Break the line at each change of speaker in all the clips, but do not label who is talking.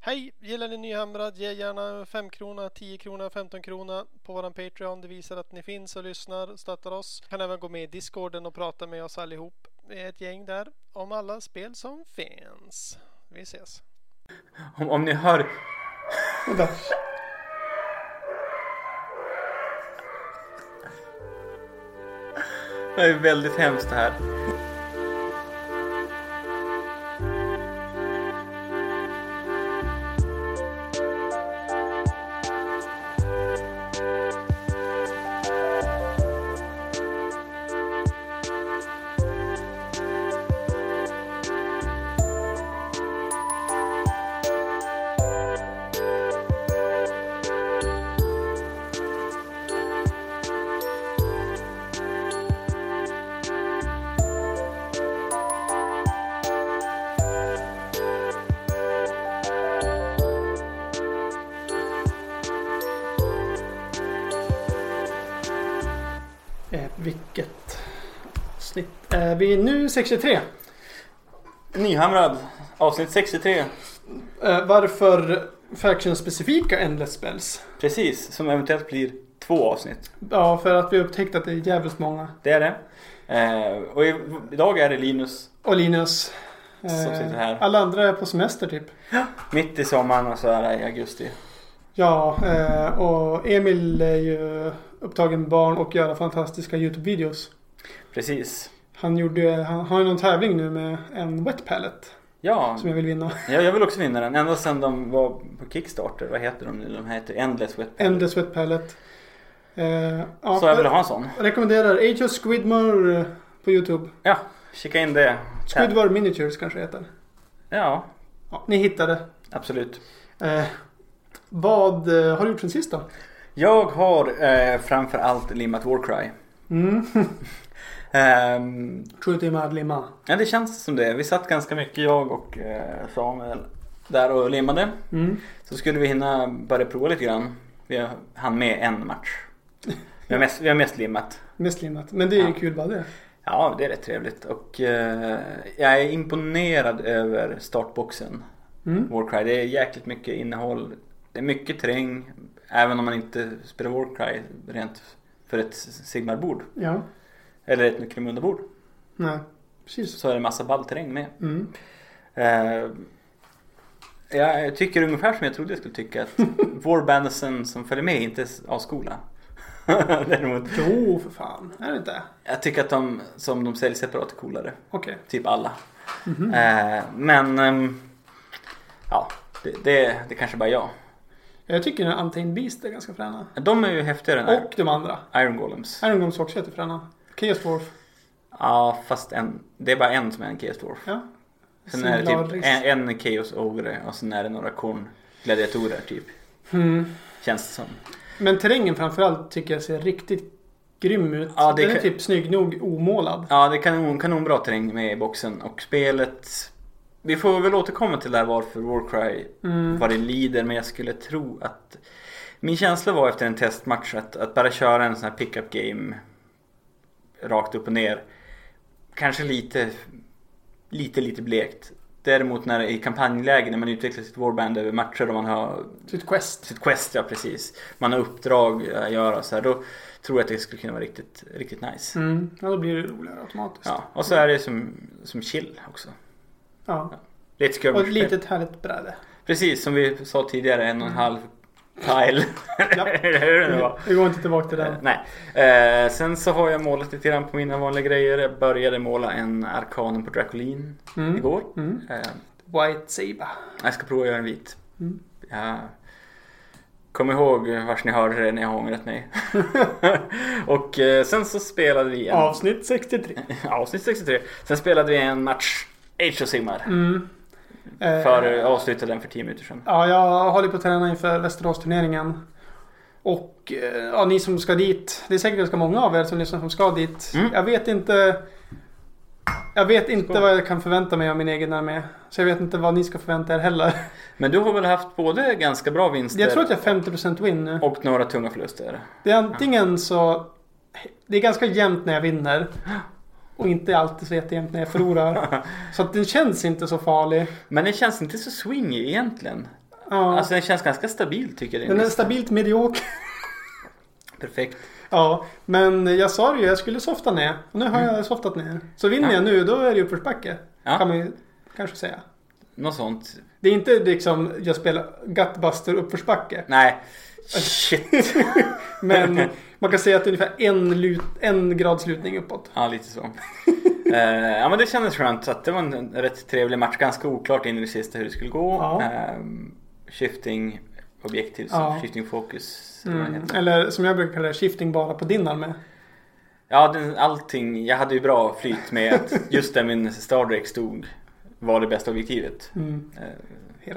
Hej! Gillar ni Nyhamrad? Ge gärna en 5 krona, 10 krona, 15 krona på våran Patreon. Det visar att ni finns och lyssnar och stöttar oss. Kan även gå med i Discorden och prata med oss allihop. Vi är ett gäng där om alla spel som finns. Vi ses!
Om, om ni hör...
Vänta.
Det är väldigt hemskt det här.
Eh, vilket snitt? Eh, vi är nu 63. Eh,
Nyhamrad, avsnitt 63.
Eh, varför faction-specifika Endless Spells?
Precis, som eventuellt blir två avsnitt.
Ja, för att vi har upptäckt att det är jävligt många.
Det är det. Eh, och i, idag är det Linus
Och Linus. eh,
Som sitter här.
Alla andra är på semester typ.
mitt i sommaren och så är det i augusti.
Ja, eh, och Emil är ju upptagen med barn och göra fantastiska YouTube-videos.
Precis.
Han, gjorde, han har ju någon tävling nu med en wet pallet
Ja,
som jag vill vinna.
jag, jag vill också vinna den. Ända sedan de var på Kickstarter. Vad heter de nu? De heter Endless Wet Palette.
Endless wet pallet. Eh, ja,
Så jag vill ha en sån.
Rekommenderar Age of Squidmore eh, på YouTube.
Ja, kika in det.
Squidward Miniatures kanske det heter.
Ja,
Ja, ni hittade.
absolut.
Eh, vad eh, har du gjort sen sist då?
Jag har eh, framförallt limmat Warcry.
Mm.
Ehm,
Sjutimar limma.
ja, det känns som det. Vi satt ganska mycket jag och eh, Samuel där och limmade.
Mm.
Så skulle vi hinna börja prova lite grann. Vi hann med en match. Vi har mest, vi har mest limmat.
Mest limmat. Men det är ju
Ja.
kul bara det.
Ja, det är rätt trevligt. Och eh, jag är imponerad över startboxen.
Mm.
Warcry. Det är jäkligt mycket innehåll. Det är mycket terräng. Även om man inte spelar Warcry rent för ett Sigmar-bord.
Ja.
Eller ett Krumunda-bord.
Nej. Precis.
Så är det massa ball terräng med.
Mm.
Eh, jag tycker ungefär som jag trodde jag skulle tycka. Att Warbandelsen som följer med är inte är avskola. Däremot.
Jo, för fan. Är det inte?
Jag tycker att de som de säljs separat är coolare.
Okej.
Typ alla. Eh, men ehm, ja, det, det, det kanske bara är jag.
Jag tycker den här Untamed Beast är ganska fräna.
De är ju häftigare än Iron-
Och de andra.
Iron Golems.
Iron Golems är också jättefräna. Chaos Dwarf.
Ja, fast en, det är bara en som är en Chaos Dwarf.
Ja.
Sen är det typ
Singularis.
en, en Chaos Ogre och sen är det några korn gladiatorer typ.
Mm.
Känns det som.
Men terrängen framförallt tycker jag ser riktigt grym ut.
Ja, det
den är
kan-
typ snygg nog omålad.
Ja, det är kanon, kanonbra terräng med i boxen och spelet. Vi får väl återkomma till det här varför Warcry, vad det lider, men jag skulle tro att min känsla var efter en testmatch att, att bara köra en sån här pickup game rakt upp och ner. Kanske lite, lite, lite blekt. Däremot när i kampanjläge när man utvecklar sitt Warband över matcher och man har
Typ Quest.
sitt quest, ja precis. Man har uppdrag att göra och så här, då tror jag att det skulle kunna vara riktigt, riktigt nice.
Mm. Ja, då blir det roligare automatiskt.
Ja, och så är det som, som chill också.
Ja.
Det är ett
Och ett
skirmishspel.
litet härligt bräde.
Precis, som vi sa tidigare, en och en halv pile.
Ja.
Hur det var.
Vi går inte tillbaka till
Eh,
den.
Nej. Eh, sen så har jag målat lite grann på mina vanliga grejer. Jag började måla en arkanen på Dracolin
Mm.
igår.
Mm.
Eh,
White Saber.
jag ska prova att göra en vit.
Mm.
Jag kom ihåg vars ni hörde det när jag har ångrat mig. och eh, sen så spelade vi en...
Avsnitt 63.
Avsnitt 63. Sen spelade vi en match, Age of Sigmar.
Mm. Eh,
För jag avslutade den för 10 minuter sedan.
Ja, jag håller på att träna inför Västeråsturneringen. Och eh, ja, ni som ska dit. Det är säkert ganska många av er som lyssnar som ska dit.
Mm.
Jag vet inte. Jag vet inte
Skål.
vad jag kan förvänta mig av min egen armé. Så jag vet inte vad ni ska förvänta er heller.
Men du har väl haft både ganska bra vinster
Jag tror att jag är 50% win nu.
och några tunga förluster?
Det är antingen så... Det är ganska jämnt när jag vinner. Och inte alltid så jättejämnt när jag förlorar. Så att den känns inte så farlig.
Men det känns inte så swing egentligen.
Ja.
Alltså den känns ganska stabil tycker jag.
Den är
Den
stabilt medioker.
Perfekt.
Ja, men jag sa det ju, jag skulle softa ner. Och nu har jag softat ner. Så vinner
Mm. Ja.
jag nu, då är det uppförsbacke.
Ja.
Kan man ju kanske säga.
Något sånt.
Det är inte liksom jag spelar Gutbuster uppförsbacke.
Nej. Shit.
Men man kan säga att det är ungefär en, lut, en grads lutning uppåt.
Ja, lite så. Eh, ja, men det kändes skönt. Så att det var en, en rätt trevlig match. Ganska oklart in i det sista hur det skulle gå.
Ja.
Ehm, shifting objektiv,
Ja.
shifting focus. eller vad det
Mm.
heter.
Eller som jag brukar kalla det, shifting bara på din armé.
Ja, den, allting. Jag hade ju bra flyt med att just där min Stardrake stod var det bästa objektivet.
Mm.
Eh,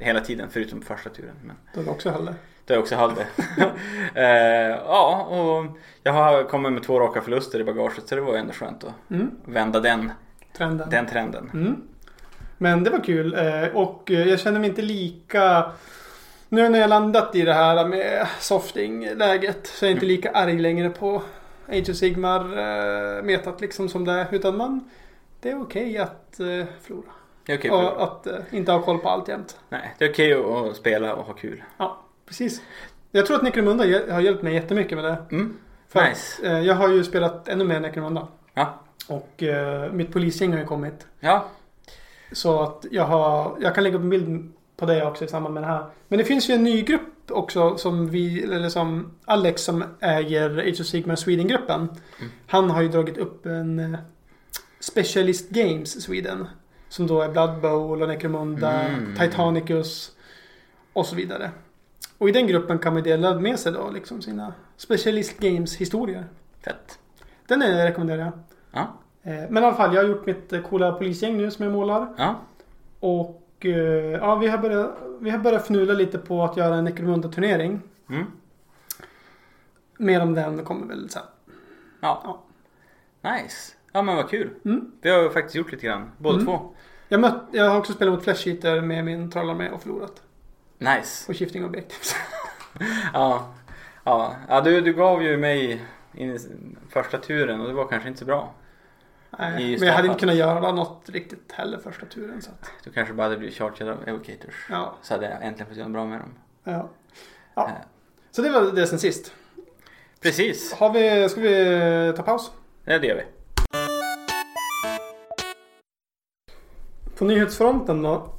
Hela tiden. förutom första turen. Men Då är det också höll det.
då jag också hade. ja, och jag har kommit med två raka förluster i bagaget så det var ju ändå skönt att
Mm.
vända den,
Trenden.
den trenden.
Mm. Men det var kul eh, och eh, jag känner mig inte lika... Nu när jag landat i det här med softing-läget så är jag inte
Mm.
lika arg längre på Age of Sigmar eh, metat liksom som det är. Utan man, det är okej att eh, förlora.
Det är okej att
Och att eh, inte ha koll på allt jämt.
Nej, det är okej att- att spela och ha kul.
Ja, precis. Jag tror att Necromunda hjäl- har hjälpt mig jättemycket med det.
Mm.
För att,
Nice.
eh, jag har ju spelat ännu mer Necromunda.
Ja.
Och eh, mitt polisgäng har ju kommit.
Ja.
Så att jag, har, jag kan lägga upp en bild på det också i samband med det här. Men det finns ju en ny grupp också som vi, eller som Alex som äger Age of Sigmar Sweden-gruppen. Han har ju dragit upp en eh, Specialist Games Sweden. Som då är Blood Bowl och Necromunda,
Mm.
Titanicus och så vidare. Och i den gruppen kan man ju dela med sig då liksom sina Specialist Games historier.
Fett.
Den är, rekommenderar jag.
Ja.
Eh, Men i alla fall, jag har gjort mitt eh, coola polisgäng nu som jag målar.
Ja.
Och eh, ja, vi har, börjat, vi har börjat fnula lite på att göra en Necromunda-turnering.
Mm.
Mer om den kommer väl sen.
ja. Nice. Ja men vad kul.
Mm.
Vi har ju faktiskt gjort lite grann. Båda
Mm.
två.
Jag, mött, jag har också spelat mot Flash Eater med min trollarmé och förlorat.
Nice.
På Shifting Objectives.
Ja. Ja, ja du, du gav ju mig in i första turen och det var kanske inte så bra. I
Nej, men jag
startfall.
hade inte kunnat göra något riktigt heller första turen. Så att,
Du kanske bara hade blivit chargad av evocators.
ja,
Så hade jag äntligen fått göra bra med dem.
ja.
Eh,
ja. Så det var det sen sist.
Precis.
Har vi, ska vi ta paus?
Ja, det gör vi.
På nyhetsfronten då?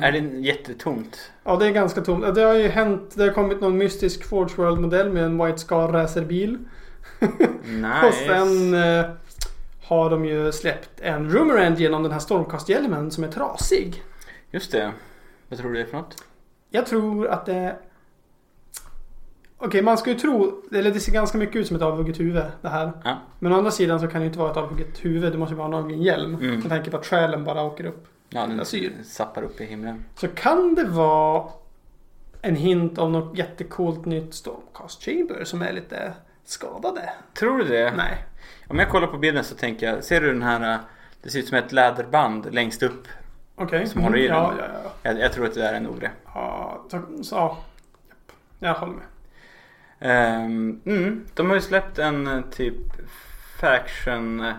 Är det jättetomt?
Ja, det är ganska tomt. Ja, Det har ju hänt. Det har kommit någon mystisk Forge World-modell med en White Scar racerbil.
Nice.
Och sen eh, har de ju släppt en rumor engine om den här stormkasthjälmen som är trasig.
Just det. Vad tror du det är för något?
Jag tror att det... Okej, man ska ju tro... Eller det ser ganska mycket ut som ett avhugget huvud det här.
Ja.
Men å andra sidan så kan det ju inte vara ett avhugget huvud. Det måste ju vara en avhuggen hjälm.
Mm.
Med tanke på att själen bara åker upp.
Ja,
Jag ser.
den zappar upp i himlen.
Så kan det vara en hint om något jättecoolt nytt stormcast chamber som är lite skadade.
Tror du det?
Nej.
Om jag kollar på bilden så tänker jag, ser du den här? eh, Det ser ut som ett läderband längst upp.
Okej. Mm,
Som håller i den.
ja, ja, ja.
Jag, jag tror att det där är nog det.
Ja, så, så, ja. Japp. Jag håller med.
Ehm, mm, de har ju släppt en eh, typ faction... eh,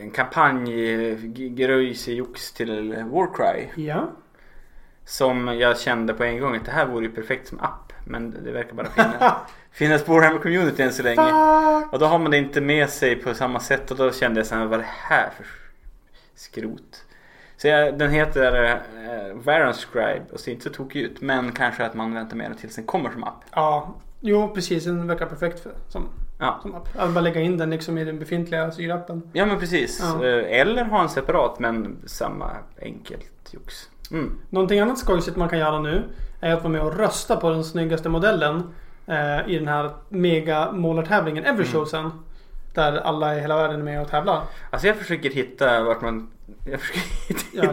En kampanj eh, g- gröjs i jox till Warcry.
Ja.
Som jag kände på en gång att det här vore ju perfekt som app. Men det verkar bara finnas, finnas på Warhammer Community än så länge.
Fuck!
Och då har man det inte med sig på samma sätt och då kände jag såhär, vad är det här för skrot? Så jag, den heter eh, Varan Scribe och ser inte så tokig ut men kanske att man väntar med den tills den kommer som app.
Ja, jo precis. Den verkar perfekt för, som,
Ja,
som app. Att bara lägga in den liksom i den befintliga syrappen.
ja men precis.
Ja.
Eh, Eller ha en separat men samma enkelt jox. Mm.
Någonting annat skojsigt man kan göra nu är att vara med och rösta på den snyggaste modellen eh, i den här mega målartävlingen Everchosen.
Mm.
Där alla i hela världen är med och tävlar.
Alltså jag försöker hitta vart man... Jag försöker
Ja,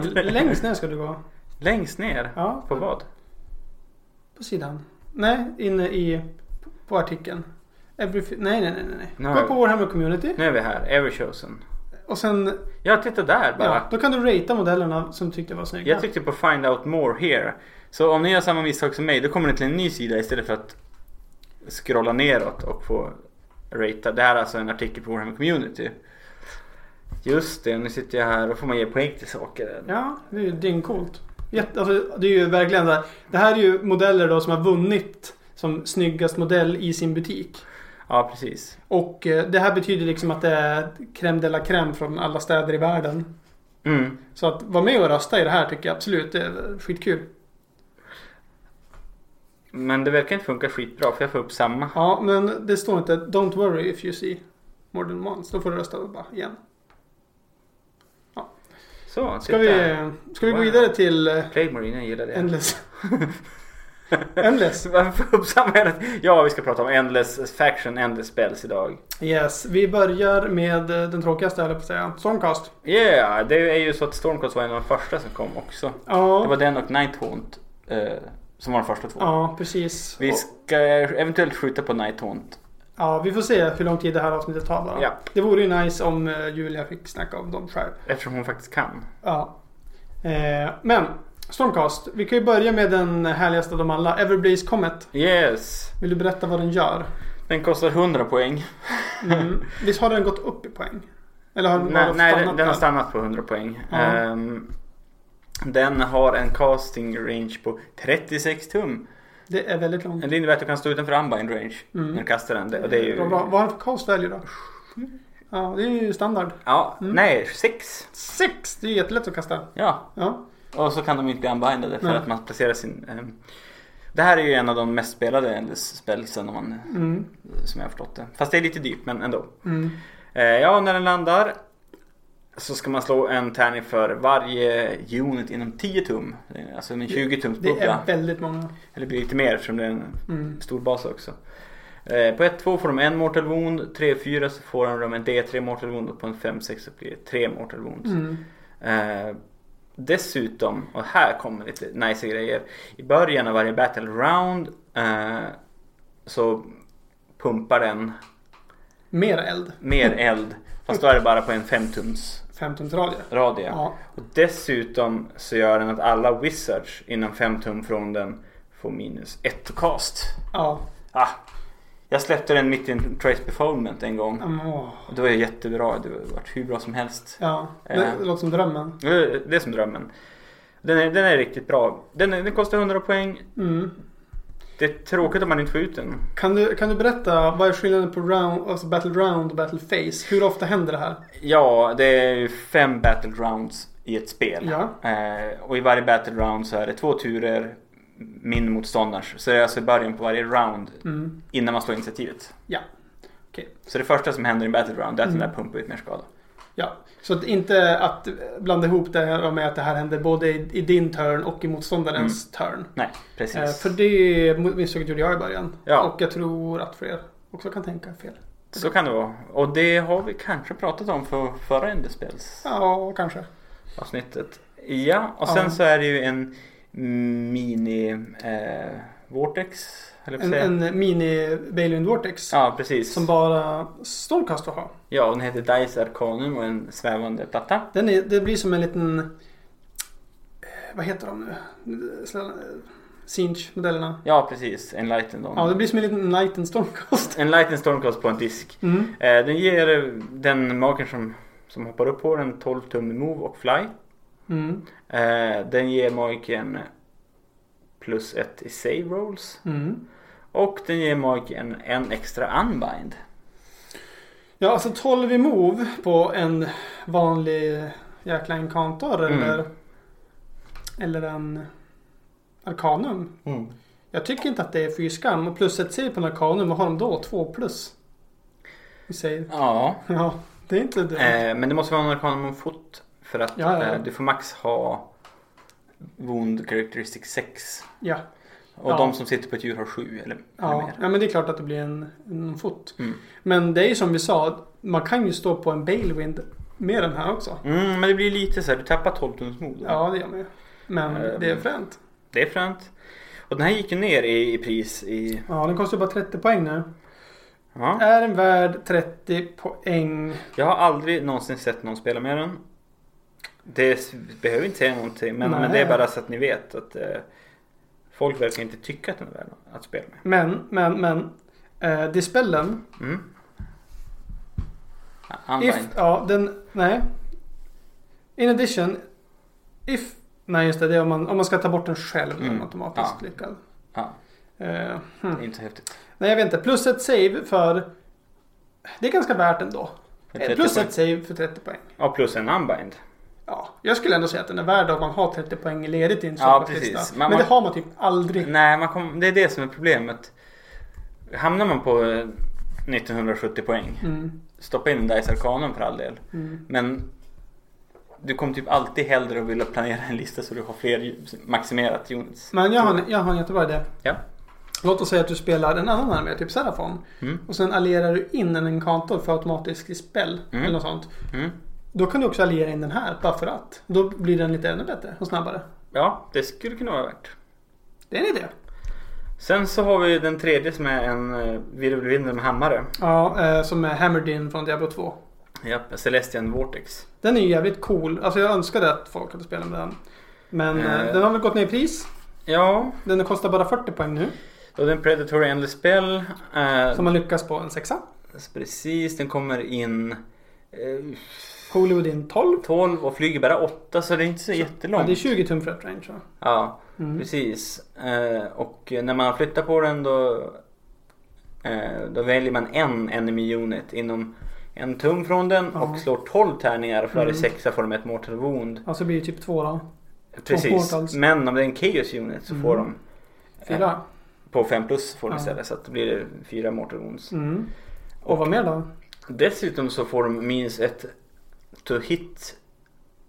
hitta...
längst ner ska du gå.
Längst ner?
Ja,
På vad?
på sidan. Nej, inne i... På artikeln. Every, nej, nej, nej, nej.
Nej.
nej. Gå på Warhammer Community.
Nu är vi här, Everchosen.
Och sen
Ja, titta där bara.
Ja, då kan du ratea modellerna som du tyckte var snygga.
Jag tryckte på find out more here. Så om ni gör samma misstag som mig då kommer ni till en ny sida istället för att scrolla neråt och få ratea. Det här är alltså en artikel på Warhammer Community. Just det, nu sitter jag här och får man ge poäng till saker.
ja, det är ju dyngcoolt. Jätte, alltså, det är ju verkligen så här. Det här är ju modeller då som har vunnit som snyggast modell i sin butik.
Ja, precis.
Och eh, det här betyder liksom att det är crème de la crème från alla städer i världen.
Mm.
Så att vara med och rösta i det här tycker jag absolut det är skitkul.
Men det verkar inte funka skitbra för jag får upp samma.
Ja, men det står inte Don't worry if you see more than once. Då får du rösta bara igen.
Så,
Ska
titta.
vi, ska vi gå
Wow.
vidare till eh,
Play Marine, jag gillar det.
Endless? Endless?
Varför får upp samma hela tiden? Ja, vi ska prata om Endless Faction, Endless Spells idag.
Yes, vi börjar med eh, den tråkigaste höll jag på att säga. Stormcast.
Yeah, det är ju så att Stormcast var en av de första som kom också. Det var
Ja,
den och Night Haunt eh, som var de första två.
ja precis.
Vi
Och-
ska eventuellt skjuta på Night Haunt.
Ja, vi får se hur lång tid det här avsnittet tar bara.
Ja.
Det vore ju nice om eh, Julia fick snacka om dem själv.
Eftersom hon faktiskt kan.
Ja. Eh, men, Stormcast. Vi kan ju börja med den härligaste av dem alla, Everblaze Comet.
Yes!
Vill du berätta vad den gör?
Den kostar 100 poäng.
Mm. Visst har den gått upp i poäng? Eller har den
Nej,
bara
nej den,
stannat
den har
där?
stannat på 100 poäng.
Ja.
Ehm, den har en casting range på 36 tum.
Det är väldigt långt.
Det innebär att du kan stå utanför unbind range
Mm.
när du kastar den. Det, och det är ju...
Bra, bra. Vad har den för cost value då? Ja, det är ju standard.
Ja,
Mm.
nej, 6.
Sex! Det är ju jättelätt att kasta.
Ja,
Ja.
Och så kan de inte bli unbindade för
Nej.
att man placerar sin... ehm, det här är ju en av de mest spelade Endless spelsen om man,
Mm.
som jag har förstått det. Fast det är lite dyrt men ändå.
Mm.
Eh, ja, när den landar så ska man slå en tärning för varje unit inom 10 tum. Det är Alltså en 20 tums
Det
bubbla.
är väldigt många.
Eller blir lite mer eftersom det är en
Mm.
stor bas också. Eh, på 1-2 får de en mortal wound, 3-4 så får de en D3 mortal wound och på en 5-6 så blir det 3 mortal wounds.
Mm.
Eh, dessutom, och här kommer lite nice grejer. I början av varje battle round eh, så pumpar den
Mer eld.
mer eld. Fast då är det bara på en 5-tums
15 radie.
radie.
Ja.
Och dessutom så gör den att alla wizards inom 5 tum från den får minus 1 cast.
Ja.
Ah, jag släppte den mitt i en trace befolement en gång.
Mm, åh.
Och det var ju jättebra. Det var hur bra som helst.
Ja. Det
Eh.
låter som drömmen.
Det det är som drömmen. Den är, den är riktigt bra. Den, är- den kostar 100 poäng.
Mm.
Det är tråkigt om man inte får ut den.
Kan, du, kan du berätta vad är skillnaden på round, alltså battle round och battle phase? Hur ofta händer det här?
Ja, det är ju fem battle rounds i ett spel.
Ja.
Eh, och i varje battle round så är det två turer min motståndars. Så det är alltså i början på varje round
Mm.
innan man slår initiativet.
Ja. Okej.
Så det första som händer i en battle round det är att den
Mm.
där pumpar ut mer skada.
Ja. Så att inte att blanda ihop det här med att det här händer både i, i din turn och i motståndarens turn.
Nej, Mm. precis.
Eh, för det misstaget gjorde jag i början.
Ja.
Och jag tror att fler också kan tänka fel.
Så kan det vara. Och det har vi kanske pratat om för förra Endespels.
Ja, kanske.
avsnittet. Ja, och sen
Ja.
så är det ju en mini eh, Vortex. höll jag på att
En,
säga.
en mini Balian Vortex.
Ja, precis.
Som bara Stormcast har.
Ja, och den heter Dice Arcanum och är en svävande platta.
Den är, det blir som en liten... eh, Vad heter de nu? eh, Sinch-modellerna.
Ja, precis. En Lightning
Ja, det blir som en liten Night and Stormcast.
En Lightning Stormcast på en disk.
Mm.
Eh, den ger eh, den maken som, som hoppar upp på den 12 tum i move och fly.
Mm.
Eh, den ger magiken plus ett i save rolls.
Mm.
Och den ger magiken en extra unbind.
Ja, alltså 12 i move på en vanlig jäkla encantor
Mm.
eller, eller en Arcanum. Jag tycker inte att det är fy skam. Och plus ett save på en Arcanum, vad har de då? Två plus? Vi säger.
Ja.
Ja, det är inte det.
Eh, men det måste vara en arkanum fot för att
Ja, ja, ja.
Eh, du får max ha Wound Characteristic 6.
Ja.
Och
Ja.
de som sitter på ett djur har 7 eller, eller
Ja,
mer.
ja, men det är klart att det blir en, en fot.
Mm.
Men det är ju som vi sa, man kan ju stå på en Balewind med den här också.
Mm, men det blir lite så här, du tappar 12 tums mod. då.
Ja, det gör man ju. Men
Ehm.
det är fränt.
Det är fränt. Och den här gick ju ner i, i pris i...
Ja, den kostar ju bara 30 poäng nu.
Ja.
Är den värd 30 poäng?
Jag har aldrig någonsin sett någon spela med den. Det s- behöver inte säga någonting men, men det är
Nej.
bara så att ni vet att eh, folk verkar inte tycka att den är värd att spela med.
Men, men, men. Eh, dispellen.
Mm.
If,
Unbind.
ja, den, nej. In addition. If, Nej just det, det är om man, om man ska ta bort den själv är den
Mm.
automatiskt
Ja.
lyckad.
Ja,
Eh,
det
hmm.
är inte så häftigt.
Nej jag vet inte, plus ett save för... Det är ganska värt ändå. Eh,
30
Plus
poäng.
ett save för 30 poäng.
Ja, plus en unbind.
Ja, jag skulle ändå säga att den är värd om man har 30 poäng ledigt i en
Ja,
superlista.
precis. Man-
Men det
man- Mm.
har man typ aldrig.
Nej, man kom, det är det som är problemet. Hamnar man på eh, 1970 poäng,
Mm,
stoppa in Dice Arcanum för all del.
mm.
Men du kommer typ alltid hellre att vilja planera en lista så du har fler ju- maximerat units.
Men jag har, en, jag har en jättebra idé.
Ja.
Låt oss säga att du spelar en annan armé, typ Serafon.
Mm.
Och sen allierar du in en Encantor för automatisk spell.
Mm.
Eller något sånt.
Mm.
Då kan du också alliera in den här bara för att. Då blir den lite ännu bättre och snabbare.
Ja, det skulle kunna vara värt.
Det är en idé.
Sen så har vi den tredje som är en eh, virvelvinder med hammare.
Ja, eh, som är Hammerdin från Diablo 2.
Japp, Celestian Vortex.
Den är ju jävligt cool. Alltså jag önskade att folk hade spelat med den. Men eh,
Eh.
den har väl gått ner i pris.
Ja,
Den kostar bara 40 poäng nu.
och den Predatory Endless Spell. eh,
Som man lyckas på en sexa.
Precis, den kommer in eh,
Hollywood in 12.
12 och flyger bara 8 så det är inte så
Ja,
jättelångt.
det är 20 tum för ett range. va?
Ja,
Mm.
precis. Eh, och när man flyttar på den då, eh, då väljer man en enemy unit inom en tum från den
Ja.
och slår 12 tärningar för varje
Mm.
sexa får de ett mortal wound.
Ja, så blir det typ två då.
Precis,
mortals.
men om det är en chaos unit så
Mm.
får de eh,
Fyra.
på 5 plus får de
Ja.
istället så att det blir det fyra mortal wounds.
Mm. Och vad mer då?
Dessutom så får de minus ett to hit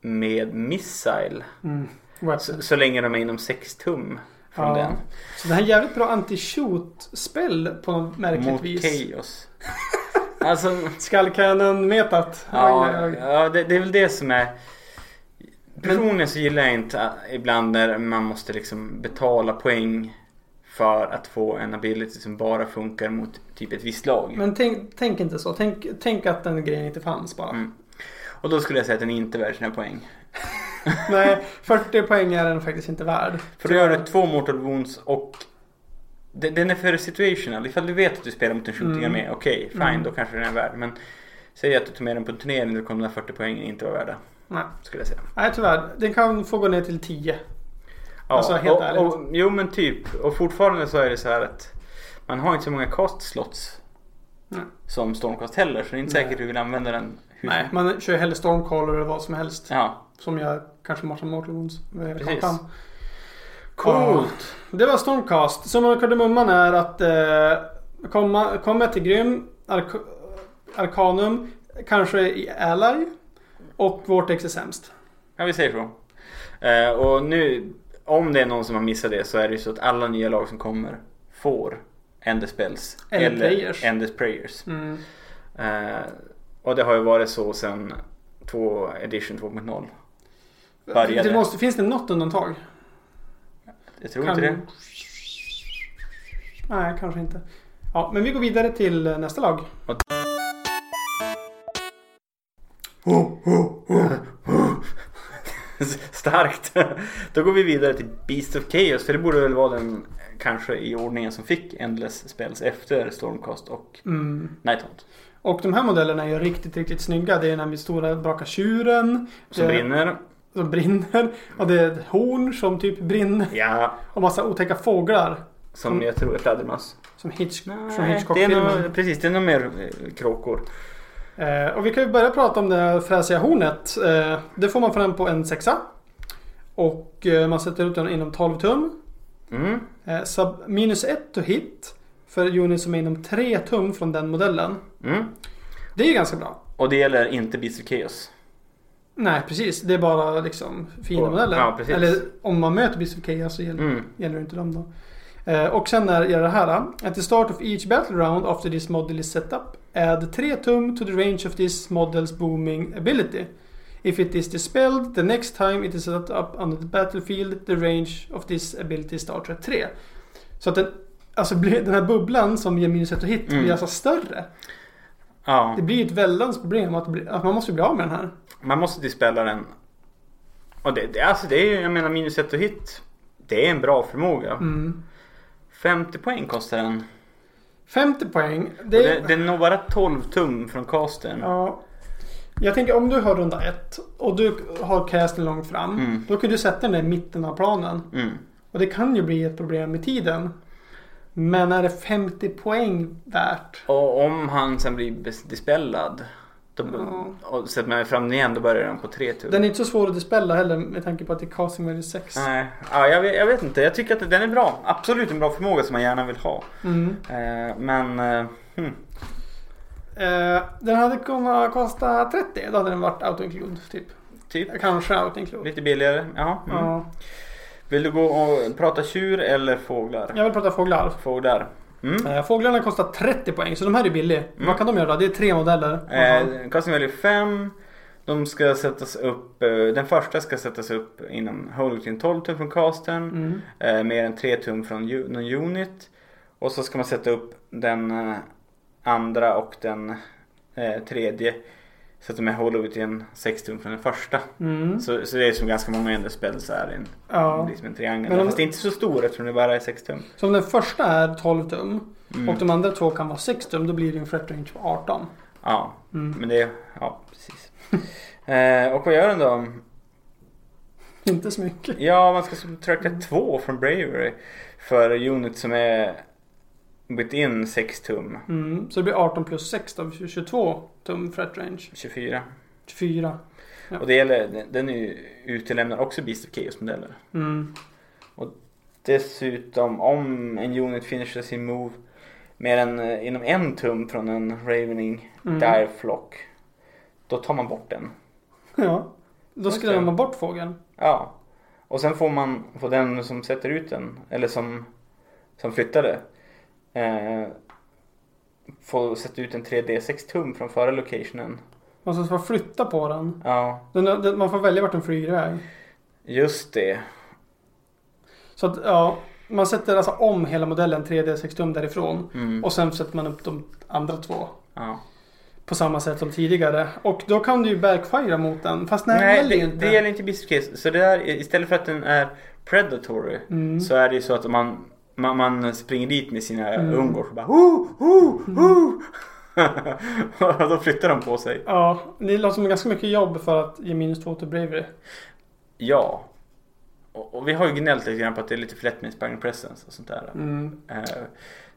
med missile.
Mm. Weapon.
Så, så länge de är inom 6 tum från
Ja.
den.
Så det här är jävligt bra anti-shoot-spel på något märkligt
Mot
vis.
chaos. alltså,
Skallcannon-metat. Aj,
ja,
aj, aj.
ja det, det är väl det som är... Personligen så gillar jag inte att- ibland när man måste liksom betala poäng för att få en ability som bara funkar mot typ ett visst lag.
Men tänk, tänk inte så. Tänk, tänk att den grejen inte fanns bara.
Mm. Och då skulle jag säga att den inte är värd sina poäng.
Nej, 40 poäng är den faktiskt inte värd.
För då gör du två mortal wounds och den, den är för situational. Ifall du vet att du spelar mot en shooting
Mm.
med, okej fine
Mm.
då kanske den är värd. Men säg att du tar med den på en turnering då kommer de där 40 poängen inte vara värda.
Nej.
Skulle jag säga.
Nej, tyvärr. Den kan få gå ner till 10.
Ja,
Alltså, helt
och,
ärligt.
Och, jo men typ. Och fortfarande så är det så här att man har inte så många cost slots
Nej.
som Stormcast heller. Så det är inte
Nej.
säkert du vill använda den. hur-
Nej, man kör ju hellre stormcaller eller vad som helst.
Ja,
Som jag kanske Martin Mortal Wounds. vad jag
Precis.
kan.
Coolt.
Ja. Det var Stormcast. Som av kardemumman är att eh, komma, komma till Grym, Ark- Arkanum, kanske i Ally. Och Vortex är sämst.
ja vi säger så. Eh, och nu, om det är någon som har missat det så är det ju så att alla nya lag som kommer får Ender Spells.
Eller prayers.
Ender Prayers.
Mm.
Eh, och det har ju varit så sedan 2 edition 2.0. Började.
Det måste, finns det något undantag?
Jag tror inte det.
Nej, kanske inte. Ja, men vi går vidare till eh, nästa lag.
Starkt. Då går vi vidare till Beast of Chaos. För det borde väl vara den kanske i ordningen som fick Endless Spells efter Stormcast och
Mm.
Nighthunt.
Och de här modellerna är ju riktigt, riktigt snygga. Det är den här stora braka tjuren.
Som
det,
brinner.
Som brinner. Och det är ett horn som typ brinner.
Ja.
Och massa otäcka fåglar.
Som
Mm.
jag tror är fladdermöss.
Som, Hitch, som
Nej, det är
Hitchcock-filmen.
nog, precis, det är nog mer eh, kråkor.
Eh, och vi kan ju börja prata om det här fräsiga hornet. Eh, det får man fram på en sexa. Och eh, man sätter ut den inom 12 tum.
Mm.
Eh, sub, minus 1 to hit. För unit som är inom 3 tum från den modellen.
Mm.
Det är ju ganska bra.
Och det gäller inte Beast of Chaos.
Nej precis, det är bara liksom fina
Och-
modeller.
ja, precis.
Eller om man möter alltså, Beast of Chaos så gäller
Mm.
gäller det inte dem då. Eh, och sen när gör det här. då. At the start of each battle round after this model is set up add 3 tum to the range of this models booming ability. If it is dispelled the next time it is set up on the battlefield the range of this ability starts at 3. Så att den, alltså blir den här bubblan som ger minus ett och hit
Mm.
blir alltså större.
Ja.
Det blir ju ett väldans problem att, bli, att man måste bli av med den här.
Man måste dispella den. Och det, det, alltså det är ju, jag menar minus ett och hit. Det är en bra förmåga.
Mm.
50 poäng kostar den.
50 poäng.
Det, det, det når bara 12 tum från casten.
Ja. Jag tänker om du har runda ett och du har Castle långt fram.
Mm.
Då kan du sätta den där i mitten av planen.
Mm.
Och det kan ju bli ett problem med tiden. Men är det 50 poäng värt?
Och om han sen blir bes- dispellad. Då, och sätter man fram den igen då börjar den på tre tur.
Den är inte så svår att dispella heller med tanke på att det är casting value 6.
Nej, ja, jag, vet, jag vet inte. Jag tycker att den är bra. Absolut en bra förmåga som man gärna vill ha.
Mm.
Eh, men... Eh, hmm.
Eh, den hade kunnat kosta 30. Då hade den varit auto-include typ.
Typ.
Kanske auto-include.
Lite billigare. Ja. Mm.
Ja.
Vill du gå och prata tjur eller fåglar?
Jag vill prata fåglar.
Fåglar. Mm.
Eh, Fåglarna kostar 30 poäng så de här är billiga. Vad kan de göra? Det är tre modeller. Aha.
Eh, Casting Value 5. De ska sättas upp, eh, den första ska sättas upp inom Holoclean 12 tum från casten.
Mm.
Eh, mer än 3 tum från ju- någon unit. Och så ska man sätta upp den eh, andra och den eh, tredje. Så att de är Holoclean 6 tum från den första.
Mm.
Så, så det är som ganska många ändå spel så här. En,
Ja.
liksom en triangel.
Men om-
Fast det är inte så stor eftersom det bara är 6 tum.
Så om den första är 12 tum
Mm.
och de andra två kan vara 6 tum då blir det en fret range på 18.
Ja,
Mm.
men det... Ja, precis. eh, och vad gör den då?
Inte så mycket.
Ja, man ska subtracta
Mm.
två från Bravery för unit som är within 6 tum.
Mm. Så det blir 18 plus 6 då, 22 tum fret range.
24.
24.
Och det gäller, den- den är ju- utelämnar också Beast of Chaos-modeller.
Mm.
Dessutom, om en unit finisher sin move mer än eh, inom en tum från en Ravening
Mm.
dire flock, då tar man bort den.
Ja. Då
Just
skrämmer
det.
man bort fågeln.
Ja. Och sen får man, får den som sätter ut den, eller som, som flyttade, eh, får sätta ut en 3D6 tum från förra locationen.
Man ska få flytta på den.
Ja,
den, den man får välja vart den flyger iväg.
just det.
Så att ja, man sätter alltså om hela modellen 3D6 tum därifrån.
Mm.
Och sen sätter man upp de andra två
Ja.
på samma sätt som tidigare. Och då kan du ju backfire mot den. Fast nej,
Nej,
väl
det,
inte.
det gäller inte Bistro Case. Så det där, istället för att den är predatory
Mm.
så är det ju så att man, man, man springer dit med sina
Mm.
ungor och bara ho, ho, ho. och då flyttar de på sig.
Ja, det låter som ganska mycket jobb för att ge minus två till Bravery.
Ja. Och, och vi har ju gnällt lite grann på att det är lite för lätt med Spying Presence och sånt där.
Mm.
Eh,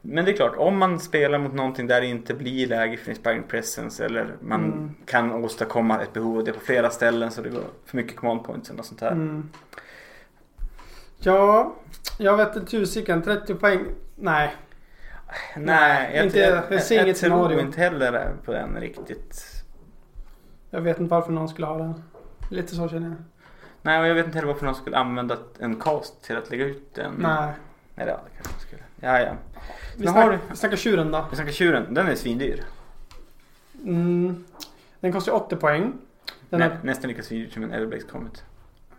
Men det är klart, om man spelar mot någonting där det inte blir läge för Inspiring Presence eller man
Mm.
kan åstadkomma ett behov av det på flera ställen så det går för mycket command points och sånt där.
Mm. Ja, jag vet inte tusiken. 30 poäng. Nej.
Nej, jag,
Inte-
jag,
jag
jag,
ser
jag,
inget scenario.
tror inte heller på den riktigt.
Jag vet inte varför någon skulle ha den. Lite så känner jag.
Mm. Nej, och jag vet inte heller varför någon skulle använda en cast till att lägga ut den.
Nej.
Nej, det hade kanske man skulle. Ja, ja.
Vi
Men har
snack,
du-
vi snackar tjuren då.
Vi snackar tjuren, den är svindyr.
Mm. Den kostar ju 80 poäng. Den
Nä,
är,
Nästan lika svindyr som en Everblaze Comet.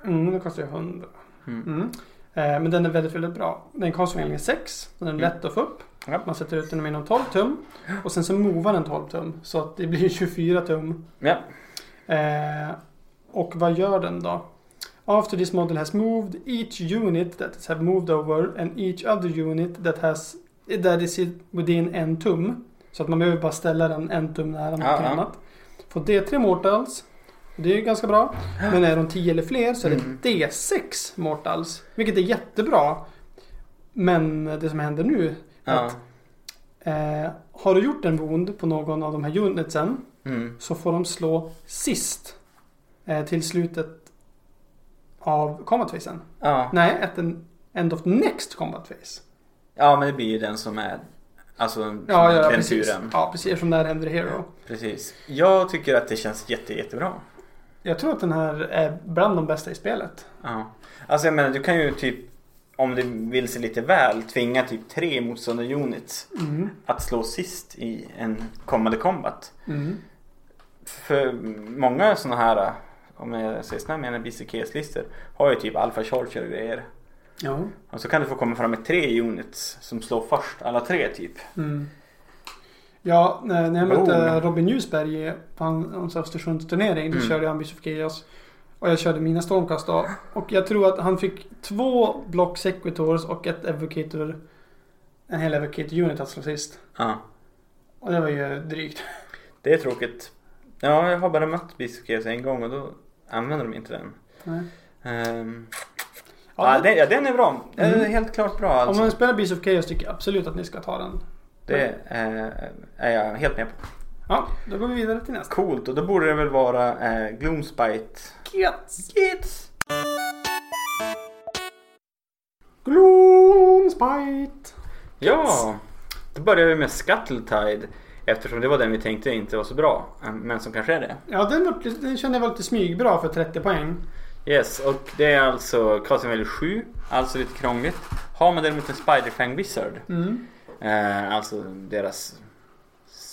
mm, den kostar ju 100.
Mm.
Mm. Eh, men den är väldigt, väldigt bra. Den kostar egentligen 6. Den är
Mm.
lätt att få upp.
Ja.
Man sätter ut den inom 12 tum. Och sen så movar den 12 tum. Så att det blir 24 tum.
Ja.
Eh, och vad gör den då? After this model has moved, each unit that has have moved over and each other unit that has that is it within en tum. Så att man behöver bara ställa den en tum nära något
Ja, ja.
annat. Får D3 mortals. Det är ju ganska bra. Men är de 10 eller fler så är det
Mm.
D6 mortals. Vilket är jättebra. Men det som händer nu. är
ja.
Att, eh, har du gjort en wound på någon av de här unitsen
Mm.
så får de slå sist eh, till slutet av combat facen.
ja.
Nej, at the end of next combat phase.
Ja, men det blir ju den som är... Alltså som
Ja, ja,
den
precis.
turen.
Ja, precis. Eftersom det här händer i Hero.
Precis. Jag tycker att det känns jätte, jättebra.
Jag tror att den här är bland de bästa i spelet.
Ja. Alltså jag menar, du kan ju typ om det vill sig lite väl tvinga typ tre motståndare units
Mm.
att slå sist i en kommande combat.
Mm.
För många sådana här, om jag säger sådana här menar BCKS-listor, har ju typ Alpha Charger och grejer.
Ja.
Och så kan du få komma fram med tre units som slår först, alla tre typ.
Mm. Ja, när när jag
Boom.
mötte Robin Ljusberg på han- hans Östersundsturnering. Då
Mm.
körde jag Ambition of Chaos. Och jag körde mina stormkast då. Och jag tror att han fick två block sequitors och ett evocator. En hel evocator unit att slå sist.
Ja.
Och det var ju drygt.
Det är tråkigt. Ja, jag har bara mött Biskes en gång och då använder de inte den.
Nej.
Ehm,
Mm. Ja,
ja, den, ja, den är bra. Den är
Mm.
helt klart bra
Om
alltså.
man spelar Beast of Chaos tycker jag absolut att ni ska ta den.
Det eh, är jag helt med på.
Ja, då går vi vidare till nästa.
Coolt och då borde det väl vara eh, Gloomspite.
Kids.
Kids!
Gloomspite!
Ja, då börjar vi med Scuttletide. Eftersom det var den vi tänkte inte var så bra. eh, Men som kanske är det.
Ja, den, var, den kände jag var lite smygbra för 30 poäng.
Yes, och det är alltså Castlevania 7. Alltså lite krångligt. Har man däremot en Spiderfang Wizard.
Mm.
Eh, alltså deras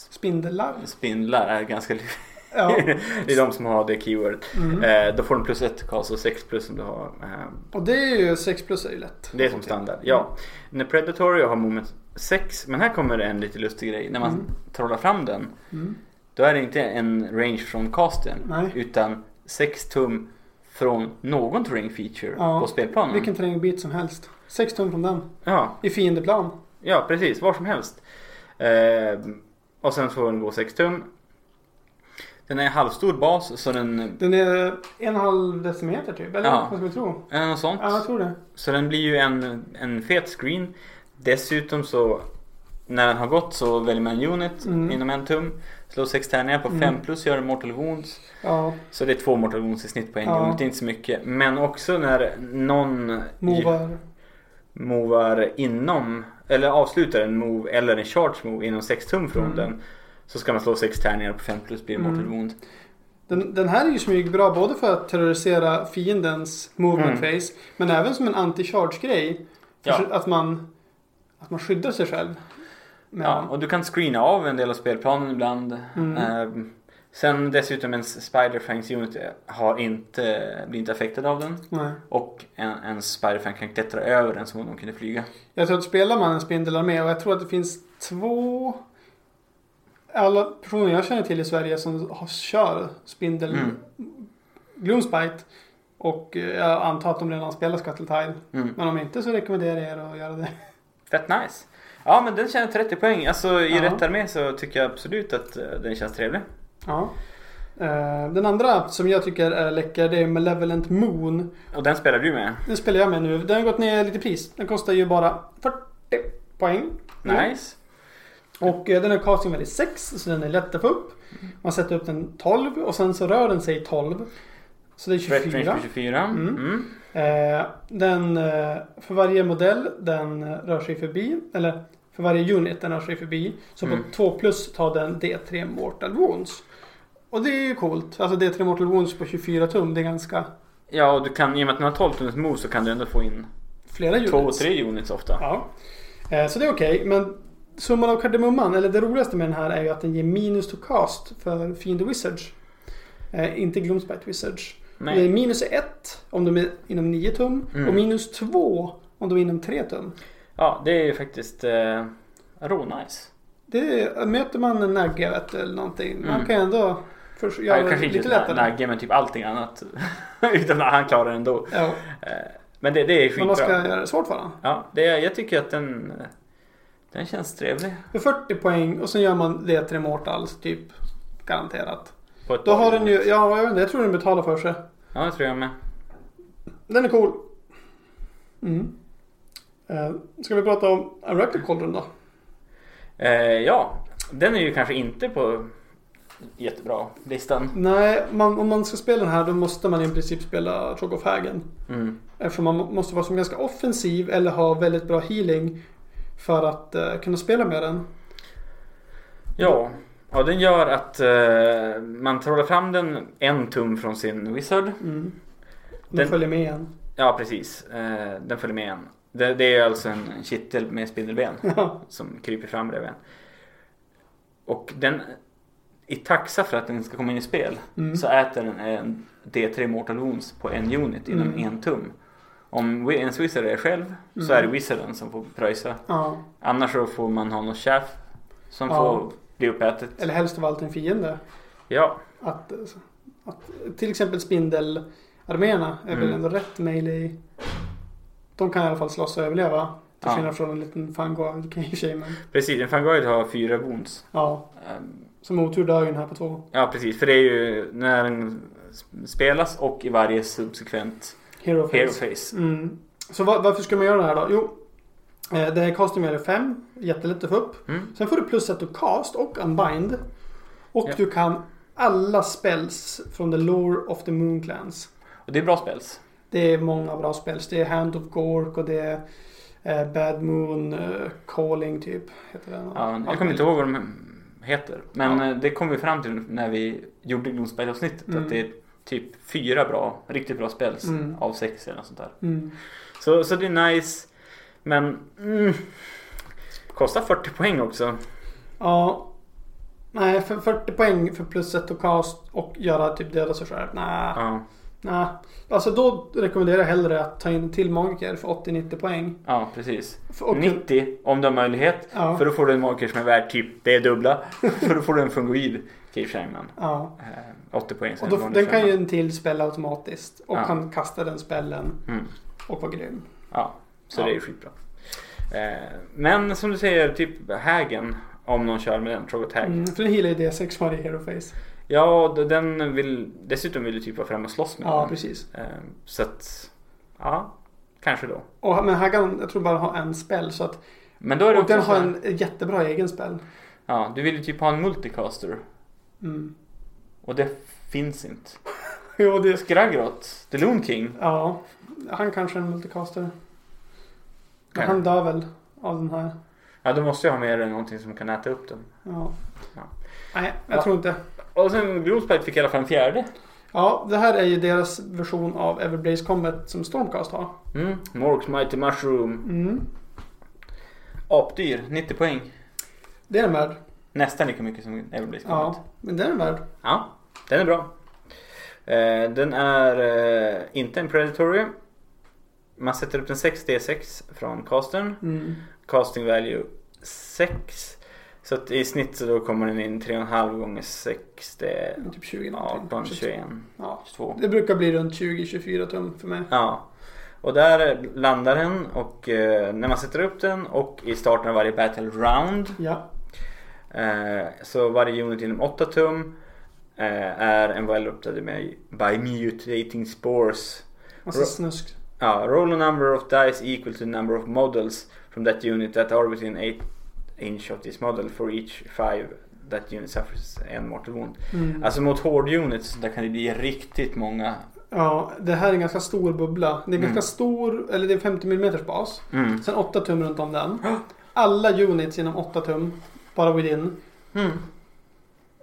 Spindelar.
spindlar är ganska lika.
Ja.
det är de som har det keywordet.
Mm.
Eh, då får de plus ett till cast och 6 plus om du har eh,
Och det är ju 6 plus är ju lätt.
Det är som standard, ja. När Predatory har moment 6, men här kommer en lite lustig grej. När man
Mm.
trollar fram den,
Mm.
då är det inte en range från casten.
Nej.
Utan 6 tum från någon terrain feature
Ja.
på spelplanen.
Vilken terrängbit som helst. 6 tum från den.
Ja,
I fiendeplan.
ja, precis. Var som helst. Ehm, och sen får den gå 6 tum. Den är halvstor bas, så den...
Den är en och en halv decimeter typ, eller
Ja.
vad ska vi tro?
eh, Något sånt.
Ja, jag tror det.
Så den blir ju en, en fet screen. Dessutom så när den har gått så väljer man en unit
Mm.
inom en tum. Slår sex tärningar på 5
Mm.
plus gör en mortal wounds.
Ja,
Så det är två mortal wounds i snitt på en
Ja.
unit. Det är inte så mycket. Men också när någon
movar.
movar inom eller avslutar en move eller en charge move inom 6 tum från
Mm.
den. Så ska man slå sex tärningar på 5 plus blir det mortal wound.
Den, den här är ju smygbra både för att terrorisera fiendens movement face men även som en anti-charge grej. För
Mm. Ja.
Att, man, att man skyddar sig själv. Med
Ja, och du kan screena av en del av spelplanen ibland.
Mm.
Ehm, sen dessutom en Spiderfangs unit har inte, blir inte affektad av den.
Nej.
Och en, en Spiderfang kan klättra över den som om de kunde flyga.
Jag tror att spelar man en spindelarmé och jag tror att det finns två alla personer jag känner till i Sverige som har, kör spindel
Mm.
Gloomspite och eh, jag antar att de redan spelar Scuttletile.
Mm.
Men om inte så rekommenderar jag er att göra det.
Fett nice! Ja men den känner 30 poäng. Alltså i
Ja.
rätt armé så tycker jag absolut att eh, den känns trevlig.
Ja. Eh, Den andra som jag tycker är läcker det är Malevolent Moon.
Och den spelar du med.
Den spelar jag med nu. Den har gått ner lite i pris. Den kostar ju bara 40 poäng. nu.
Nice!
Och eh, den har casting value 6 så den är lätt att få upp. Man sätter upp den 12 och sen så rör den sig 12. Så det är
Threat range
24.
på 24.
Mm.
Mm.
Eh, den, eh, för varje modell den eh, rör sig förbi, eller för varje unit den rör sig förbi, så på
Mm.
2 plus tar den D3 Mortal Wounds. Och det är ju coolt. Alltså D3 Mortal Wounds på 24 tum, det är ganska
Ja och du kan, i och med att den har 12 tums move så kan du ändå få in
flera units.
2 och 3 units ofta.
Ja. Eh, så det är okej, men summan av kardemumman, eller det roligaste med den här är ju att den ger minus to cast för fiende wizards. Eh, inte Gloomspite wizards.
Nej.
Det är minus 1 om de är inom 9 tum
Mm.
och minus 2 om de är inom 3 tum.
Ja det är ju faktiskt eh, nice.
Det är, möter man en nagge vet du, eller någonting. Man
Mm.
kan ju ändå för,
Ja,
göra
jag kanske
det
inte
lite
just
lättare.
Nagge men typ allting annat. Utan att han klarar det ändå.
Ja,
Eh, Men det, det är
men man
skitbra.
ska göra det svårt för honom.
Ja, det, är- jag tycker att den, eh, den känns trevlig.
För 40 poäng och sen gör man det till Immortals typ. Garanterat.
På ett
Då
par
har den ju,
minuter.
ja jag vet inte, jag tror den betalar för sig.
Ja, det tror jag med.
Den är cool. Mm. Eh, ska vi prata om Aractic Cauldron då?
Eh, ja, den är ju kanske inte på jättebra listan.
Nej, man, om man ska spela den här då måste man i princip spela Trog of Hagen.
Mm.
Eftersom man må- måste vara som ganska offensiv eller ha väldigt bra healing för att eh, kunna spela med den.
Ja. ja, den gör att eh, man trollar fram den en tum från sin wizard.
Mm. Den,
Den-
följer med en.
Ja, precis. Eh, den följer med en. Det, det är alltså en kittel med spindelben. som kryper fram bredvid en. Och den i taxa för att den ska komma in i spel
Mm.
så äter den en D3 Mortal Wounds på en unit inom
Mm.
en tum. Om wi- ens wizard är själv så
Mm.
är det wizarden som får pröjsa.
ja.
Annars så får man ha något chef som
Ja.
får bli uppätet.
Eller helst av allt en fiende.
Ja,
Att, eh, att, till exempel spindelarméerna är väl
Mm.
ändå rätt melee. De kan i alla fall slåss och överleva. Till
Ja.
skillnad från en liten fangoid kan ju tjej, men
Precis, en fangoid har fyra wounds.
ja.
Ehm,
Som otur dör ju den här på två.
Ja precis, för det är ju när den spelas och i varje subsekvent
Hero face.
hero face.
Mm. Så va- varför ska man göra det här då? Jo, eh, det här casten är 5. Jättelätt att få upp.
Mm.
Sen får du plus att du cast och unbind. Och
Ja.
du kan alla spells från the lore of the moon clans.
Och det är bra spels.
Det är många bra spells. Det är Hand of Gork och det är eh, Bad Moon eh, Calling typ. Heter den.
Ja, jag kommer inte ihåg vad de heter. Men eh, det kom vi fram till när vi gjorde Gloomspell-avsnittet.
Mm.
Att det är typ fyra bra, riktigt bra spels
Mm.
av sex eller något sånt där.
Mm.
Så, så det är nice. Men mm, kostar 40 poäng också.
Ja. Nej, för 40 poäng för plus ett och cast och göra typ döda sig själv. Nej.
Ja,
nej. Alltså då rekommenderar jag hellre att ta in en till magiker för 80-90 poäng.
ja precis.
För- Och,
90 om du har möjlighet.
Ja.
För då får du en marker som är värd typ det dubbla. för då får du en fungoid Cave Shaman.
ja.
Eh, 80 poäng. så
och
är det
då,
en
den
vanlig
kan ju
femma.
en till spela automatiskt. Och
Ja.
kan kasta den spellen
Mm.
och vara grym.
Ja, så
Ja.
det är ju skitbra. Eh, men som du säger, typ hägen. Om någon kör med den, Trogot Hag.
Mm, för den healar ju D6 varje hero face.
Ja, och d- den vill dessutom vill du typ vara fram och slåss med
Ja,
den.
precis.
Eh, så att, ja, kanske då.
Och, men Hagan, jag tror bara har en spell. Så att,
Men då är det
och
också
den har
så här-
en jättebra egen spell.
Ja, du vill ju typ ha en multicaster.
Mm.
Och det finns inte.
Jo, det...
Skragrot, The Loon King.
Ja, han kanske är en multicaster. Men
Kan-
Han dör väl av den här.
Ja, då måste jag ha med dig någonting som kan äta upp den.
Ja.
Ja.
Nej, jag
Ja.
tror inte.
Och sen Gloomspite fick i alla fall en fjärde.
Ja, det här är ju deras version av Everblaze Combat som Stormcast har.
Mm. Morks Mighty Mushroom.
Mm.
Apdyr, 90 poäng.
Det är den värd.
Nästan lika mycket som Everblaze Comet.
Ja, men det är den värd.
Ja, den är bra. Eh, Den är eh, inte en predatory. Man sätter upp en 6D6 från castern.
Mm.
Casting value 6. Så att i snitt så då kommer den in 3,5 gånger 6. Det är
Typ 20 någonting.
18,
22.
21,
Ja.
22.
Det brukar bli runt 20-24 tum för mig.
Ja. Och där landar den och eh, när man sätter upp den och i starten av varje battle round
Ja.
Eh, så varje unit inom 8 tum eh, är en well uppdaterad med by mutating spores.
Massa
Bra.
snusk.
Ja, roll a number of dice equal to the number of models from that unit that are within 8 inch of this model for each 5 that unit suffers en mortal wound.
Mm.
Alltså mot hård units där kan det bli riktigt många.
Ja, det här är en ganska stor bubbla. Det är en ganska
Mm.
stor, eller det är en 50 mm bas.
Mm.
Sen 8 tum runt om den. Alla units inom 8 tum. Bara within.
Mm.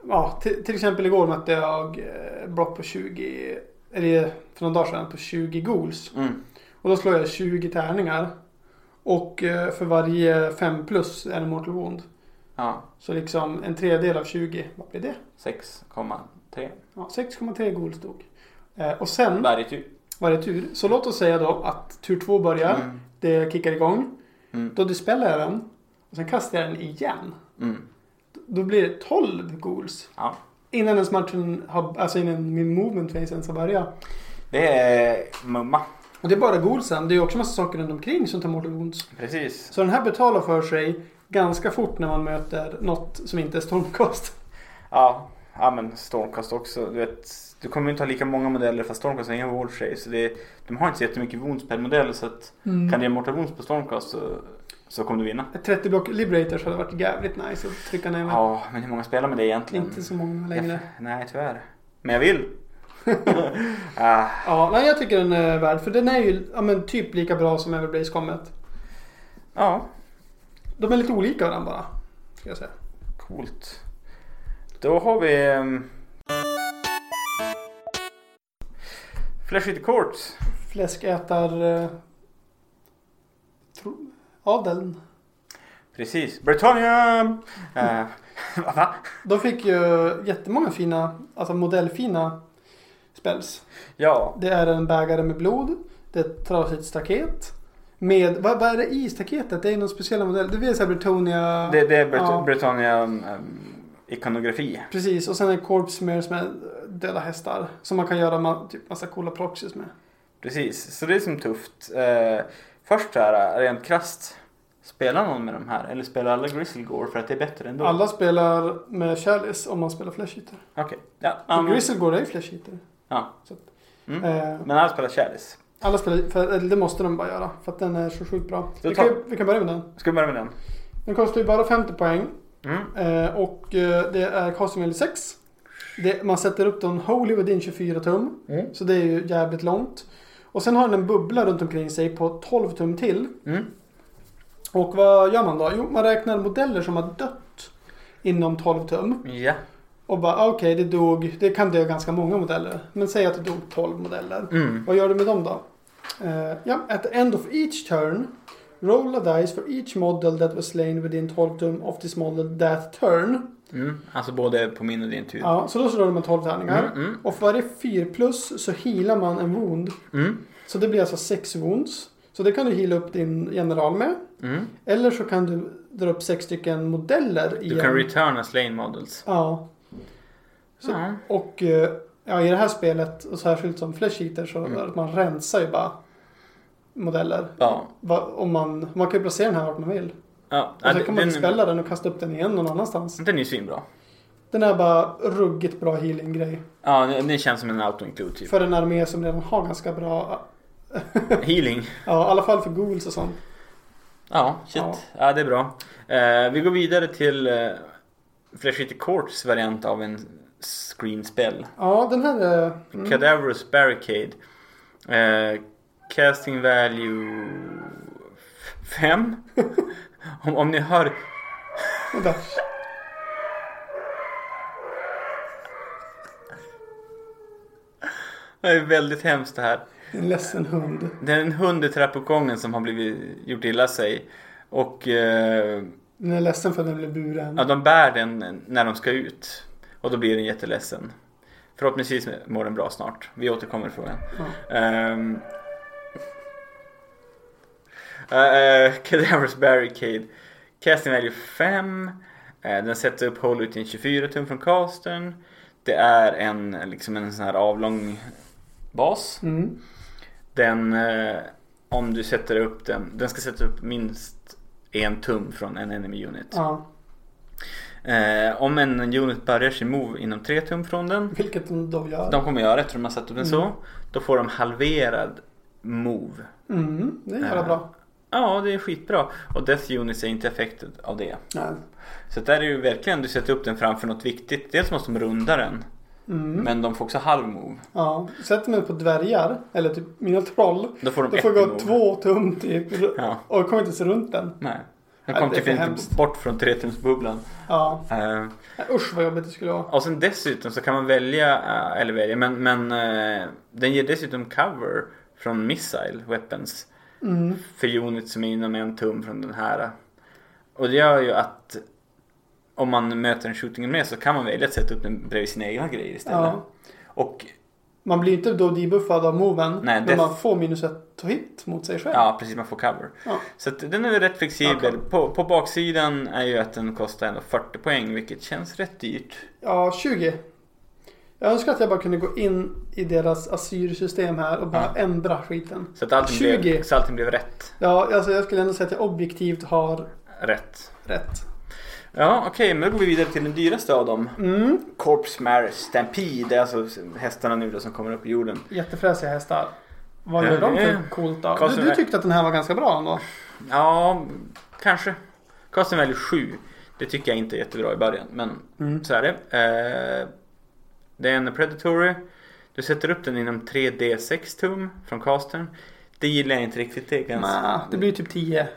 Ja, till, till exempel igår mötte jag eh, Brock på 20, eller för någon dag sedan, på 20 goals.
Mm.
Och då slår jag 20 tärningar. Och eh, för varje 5 plus är det mortal wound.
Ja,
Så liksom en tredjedel av 20, vad blir det?
6,3
Ja, 6,3 goals dog. Eh, och sen
varje tur.
varje tur. Så låt oss säga då att tur två börjar.
Mm.
Det kickar igång.
Mm.
Då dispellar jag den. Och sen kastar jag den igen.
Mm.
Då blir det 12 goals.
Ja.
Innan ens matchen har, alltså innan min movement phase ens har börjat.
Det är mumma.
Och det är bara golsen. Det är ju också massa saker runt omkring som tar mortal wounds.
Precis.
Så den här betalar för sig ganska fort när man möter något som inte är stormkast.
Ja, ja men Stormcast också. Du, vet, du kommer ju inte ha lika många modeller fast Stormcast har inga ward saves. Så det, är- de har inte så jättemycket wounds per modell så att kan du göra mortal wounds på Stormcast så, så kommer du vinna.
Ett 30 block liberators hade varit jävligt nice att trycka ner med.
Ja, men hur många spelar med det egentligen?
Inte så många
Jag,
längre.
nej, tyvärr. Men jag vill. ah,
Ja, nej, jag tycker den är värd. För den är ju ja, men, typ lika bra som Everblaze Comet.
ja,
De är lite olika varandra bara. Ska jag säga.
coolt. Då har vi... ehm, Flash with the Court.
Fläskätar... Eh, tro, adeln.
Precis. Britannia! Eh, va?
De fick ju jättemånga fina, alltså modellfina spells.
Ja.
Det är en bägare med blod. Det är ett trasigt staket. Med, vad, vad är det i staketet? Det är någon speciell modell. Det är väl så här Bretonia.
Det, det är Brit-
Ja.
Britannia um, ikonografi.
Precis, och sen är det corpse mirrors med döda hästar. Som man kan göra ma- typ massa coola proxies med.
Precis, så det är som tufft. Eh, först så här rent krasst Spelar någon med de här? Eller spelar alla Grizzlegore för att det är bättre ändå?
Alla spelar med Chalice om man spelar Flesh Eater.
Okej. Ja, ja,
Um,
men,
Grizzlegore är ju Flesh Eater.
ja.
Så att,
Mm.
eh,
men alla spelar Chalice.
alla spelar, för, eller det måste de bara göra. För att den är så sjukt bra.
Då
Vi
tar-
kan, ju- vi kan börja med den.
Ska vi börja med den?
Den kostar ju bara 50 poäng.
Mm.
Eh, och eh, det är casting value 6. Det, man sätter upp den holy och din 24 tum.
Mm.
Så det är ju jävligt långt. Och sen har den en bubbla runt omkring sig på 12 tum till.
Mm.
Och vad gör man då? Jo, man räknar modeller som har dött inom 12 tum.
Ja.
Och bara ah, okej, det dog. Det kan dö ganska många modeller. Men säg att det dog 12 modeller.
Mm.
Vad gör du med dem då? Eh, ja, at the end of each turn roll a dice for each model that was slain within 12 tum of this model that turn.
Mm. Alltså både på min och din tur.
Ja, så då slår man 12 tärningar.
Mm, mm,
Och för varje 4 plus så healar man en wound.
mm,
Så det blir alltså 6 wounds. Så det kan du heala upp din general med.
mm.
Eller så kan du dra upp 6 stycken modeller igen.
Du kan returna slain models.
Ja. Så,
Ja.
Och eh, ja, i det här spelet, och särskilt som Flash Eater, så
Mm.
är det att man rensar ju bara modeller.
Ja.
Va, om man, man kan ju placera den här vart man vill.
ja.
Och sen
det-
kan man
den-
spela den och kasta upp den igen någon annanstans.
Den är ju svinbra.
Den är bara ruggigt bra healing-grej.
Ja, den den känns som en auto-include typ.
För en armé som redan har ganska bra
Healing.
Ja, i alla fall för ghouls och sånt.
Ja, shit. Ja,
Ja.
det är bra. Eh, vi går vidare till uh, Flash City Courts variant av en screen spell.
Ja, den här är... Mm.
Cadaverous Barricade. Eh, casting value 5. om, om ni hör...
Vänta.
Det är väldigt hemskt det här.
En ledsen hund.
Det är en hund i trappuppgången som har blivit gjort illa sig. Och eh,
Den är ledsen för att den blev buren.
ja, de bär den när de ska ut. Och då blir den jätteledsen. Förhoppningsvis mår den bra snart. Vi återkommer i frågan.
Ja.
Ehm. Eh, Cadaverous Barricade. Casting value 5. Eh, den sätter upp hål ut i en 24 tum från castern. Det är en, liksom en sån här avlång bas.
Mm.
Den, eh, om du sätter upp den, den ska sätta upp minst en tum från en enemy unit.
Ja,
Eh, om en unit börjar sin move inom tre tum från den.
vilket de då gör.
De kommer göra eftersom de har satt upp den så. Då får de halverad move.
Mm, det är jävla
Eh,
bra.
Ja, det är skitbra. Och Death Units är inte affected av det.
Nej.
Så där är ju verkligen, du sätter upp den framför något viktigt. Dels måste de runda den,
Mm.
men de får också halv move.
Ja, sätter man på dvärgar, eller typ mina troll,
Då får de
då
ett
får gå
move.
två tum typ.
Ja.
Och jag kommer inte ens runt den.
Nej. De
Ja,
kom
det är
typ
för
inte
hemskt.
bort från tretumsbubblan.
Ja.
Eh,
Usch vad jobbigt det skulle vara.
och sen dessutom så kan man välja, eh, eller välja, men, men eh, den ger dessutom cover från missile weapons.
Mm.
för unit som är inom en tum från den här. Och det gör ju att om man möter en shooting med så kan man välja att sätta upp den bredvid sina egna grejer istället.
Ja.
Och
Man blir inte då debuffad av moven,
Nej,
men
det-
man får minus ett hit mot sig själv.
ja, precis man får cover.
Ja.
Så att den är väl rätt flexibel. På, på baksidan är ju att den kostar ändå 40 poäng vilket känns rätt dyrt.
Ja, 20. Jag önskar att jag bara kunde gå in i deras asyrsystem här och bara ändra skiten.
Så att allting,
20.
blev, så allting blev rätt.
Ja, alltså jag skulle ändå säga att jag objektivt har
Rätt.
rätt.
Ja, okej, men då går vi vidare till den dyraste av dem.
Mm.
Corpse Mare Stampede. Det är alltså hästarna nu då som kommer upp i jorden.
Jättefräsiga hästar. Vad
Ja,
gör de
det är-
för coolt då?
Kostar
Du, du
det-
tyckte att den här var ganska bra ändå?
Ja, kanske. Custom Value 7. Det tycker jag inte är jättebra i början, men
Mm.
så är det. Eh, det är en Predatory. Du sätter upp den inom 3D6 tum från castern. Det gillar jag inte riktigt. Det är ganska...
Nja, det blir typ 10.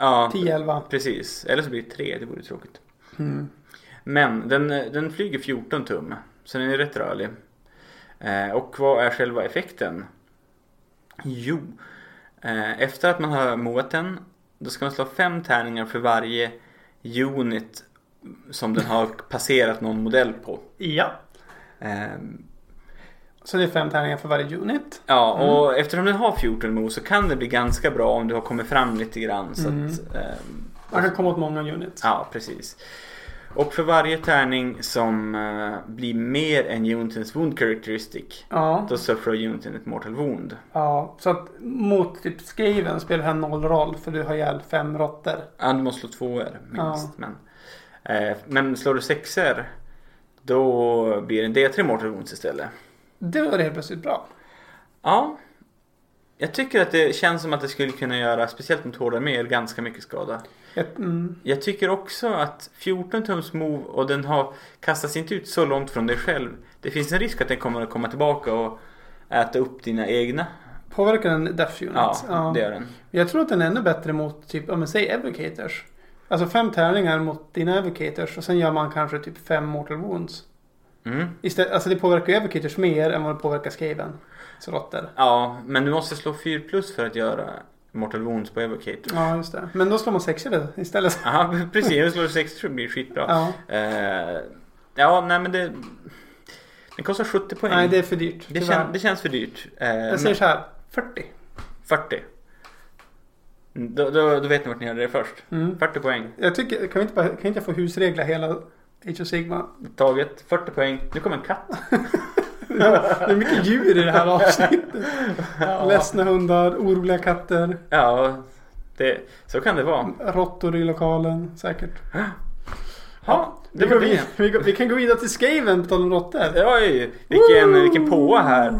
ja,
10-11.
precis. Eller så blir det 3, det vore tråkigt. Men den, den flyger 14 tum, så den är rätt rörlig. Eh, och vad är själva effekten? Jo, eh, efter att man har målat den, då ska man slå fem tärningar för varje unit som den har passerat någon modell på.
Ja.
Eh,
Så det är fem tärningar för varje unit.
ja, och eftersom den har 14 move så kan det bli ganska bra om du har kommit fram lite grann. Så att, ehm,
Man kan komma åt många units.
Ja, precis. Och för varje tärning som eh, blir mer än unitens wound characteristic
Ja.
då surfar uniten ett mortal wound.
ja. Så att mot typ skriven spelar det här noll roll för du har ihjäl fem råttor.
Ja, du måste slå tvåor minst.
Ja.
Men, eh, men slår du sexor då blir det en D3 mortal wounds istället.
Det var det helt plötsligt bra.
Ja. Jag tycker att det känns som att det skulle kunna göra, speciellt mot hårda mer, ganska mycket skada.
Ett, mm,
Jag tycker också att 14 tums move och den har kastas inte ut så långt från dig själv. Det finns en risk att den kommer att komma tillbaka och äta upp dina egna.
påverkar den Death Unit?
Ja, det gör den.
Jag tror att den är ännu bättre mot typ, om man säger evocators. Alltså fem tärningar mot dina evocators och sen gör man kanske typ fem mortal wounds.
Mm.
Istället, alltså det påverkar ju evocators mer än vad det påverkar skaven. Så råttor.
Ja, men du måste slå 4 plus för att göra Mortal Wounds på Evocator.
Ja, just det. Men då slår man sexor istället.
Ja, precis. Jag slår 6 tror jag blir skitbra. Ja,
Ja.
ja nej men det... Den kostar 70 poäng.
Nej, det är för dyrt.
Det,
tyvärr.
kän, det känns för dyrt. Eh,
Jag säger så här. 40.
men 40. Mm, Då, då, då vet ni vart ni hörde det först.
Mm.
40 poäng.
Jag tycker, kan vi inte, bara, kan inte jag få husregla hela Age of Sigma?
Taget. 40 poäng. Nu kommer en katt.
Det är mycket djur i det här avsnittet. Ledsna hundar, oroliga katter,
Ja, det, så kan det vara.
råttor i lokalen säkert.
Ja,
Vi,
det
går
var
vid,
det.
vi, går, vi kan gå vidare till Skaven på tal om råttor.
Oj, vilken, vilken påa här.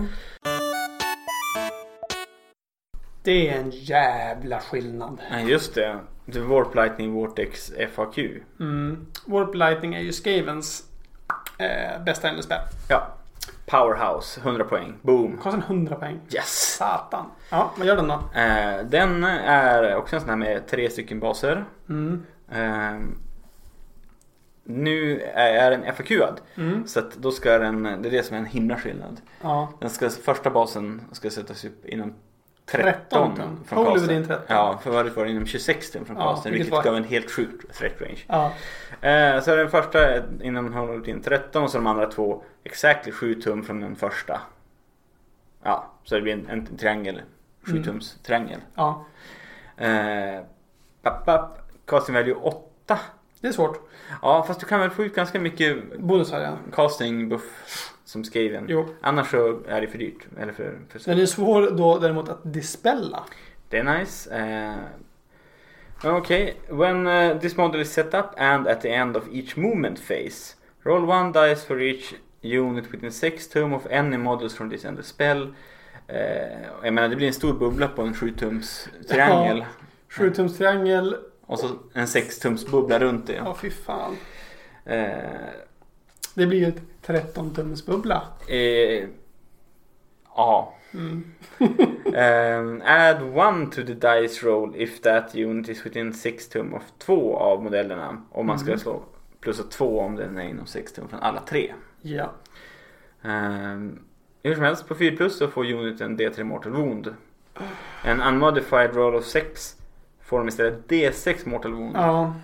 Det är en jävla skillnad.
Nej, just det. The Warp Lightning Vortex FAQ.
Mm. Warp Lightning är ju Skavens eh, bästa ändespel.
Ja. Powerhouse, 100 poäng. Boom.
Kostar en 100 poäng.
Yes!
Satan. Ja, vad gör den då?
Eh, den är också en sån här med tre stycken baser.
Mm.
Eh, nu är är den FAQad.
Mm.
Så att då ska den, det är det som är en himla skillnad.
Ja.
Den ska, första basen ska sättas upp inom 13,
13 tum.
från
Håller vi
casten.
din 13?
Ja, för varje var det inom 26 tum från
Ja,
casten.
vilket
Vilket
var-
gav en helt sjuk threat range.
ja.
Eh, så den första är inom Hollow Team 13 och så de andra två exakt 7 tum från den första. Ja, så det blir en, en triangel. 7
Mm.
tums triangel.
Ja.
Eh, papp, papp. Casting value 8.
Det är svårt.
Ja, fast du kan väl få ut ganska mycket
Bonusar ja.
casting buff som skriven.
Jo.
Annars så är det för dyrt. Eller för, för
Den är svår då däremot att dispella.
Det är nice. Eh, Okej, when eh, this model is set up and at the end of each movement phase roll one dice for each unit within six tum of any models from this end of spell. Eh, jag menar det blir en stor bubbla på en 7 tums triangel
Sjutumstriangel.
och så en 6 tums bubbla runt det.
Ja, fy fan.
Eh,
Det blir ju ett 13-tumsbubbla.
eh, ja.
Mm.
Um, add one to the dice roll if that unit is within 6 tum of två av modellerna. Om man ska
Mhm.
slå plus att två om den är inom 6 tum från alla tre.
Ja.
Um, hur som helst, på 4 plus så får uniten D3 Mortal Wound. En unmodified roll of 6 får de istället D6 Mortal Wound.
Ja.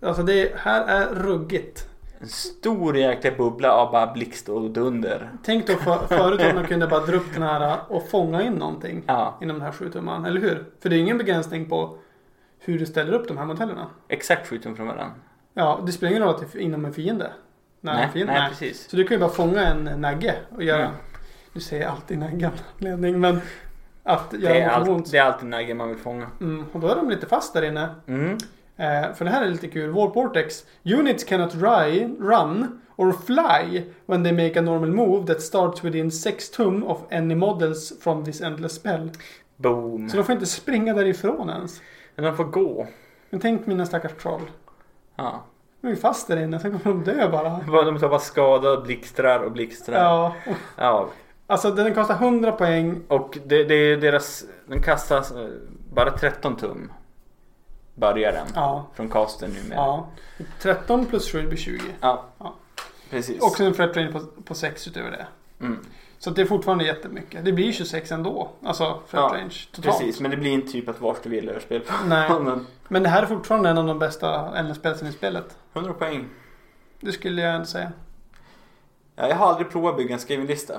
Alltså det här är ruggigt.
En stor jäkla bubbla av bara blixt och dunder.
Tänk då för, förut att man kunde bara dra upp den här och fånga in någonting
Ja,
inom den här sjutumman, eller hur? För det är ingen begränsning på hur du ställer upp de här modellerna.
exakt 7 tum från varandra.
Ja, det spelar ingen roll att det är inom en fiende. När en
nej,
fiende.
nej, precis.
Så du kan ju bara fånga en nagge och göra...
Mm.
Du säger alltid nagge av någon anledning, men... Att göra
Det är,
något
all,
ont.
det är alltid naggen man vill fånga.
Mm, och då är de lite fast där inne.
Mm.
Eh, för det här är lite kul. Warp Vortex. Units cannot ri, run or fly when they make a normal move that starts within 6 tum of any models from this endless spell.
Boom.
Så de får inte springa därifrån ens.
Men de får gå.
Men tänk mina stackars troll.
Ja.
De är ju fast där inne, sen kommer de dö bara.
Bara- De tar bara skada, blixtrar och blixtrar. Ja.
Ja. Alltså den kostar 100 poäng.
Och det, det är deras, den kastas eh, bara 13 tum. Börjar den.
Ja.
Från casten numera. Ja.
ja. 13 plus 7 blir 20. Ja.
Precis.
Och sen en fret range på, på 6 utöver det.
Mm.
Så det är fortfarande jättemycket. Det blir 26 ändå. Alltså fret
Ja,
range totalt.
Precis, men det blir inte typ att vart du vill över spelplanen.
Nej. Men det här är fortfarande en av de bästa NS-spelsen i spelet.
100 poäng.
Det skulle jag ändå säga.
Ja, Jag har aldrig provat att bygga en skriven lista.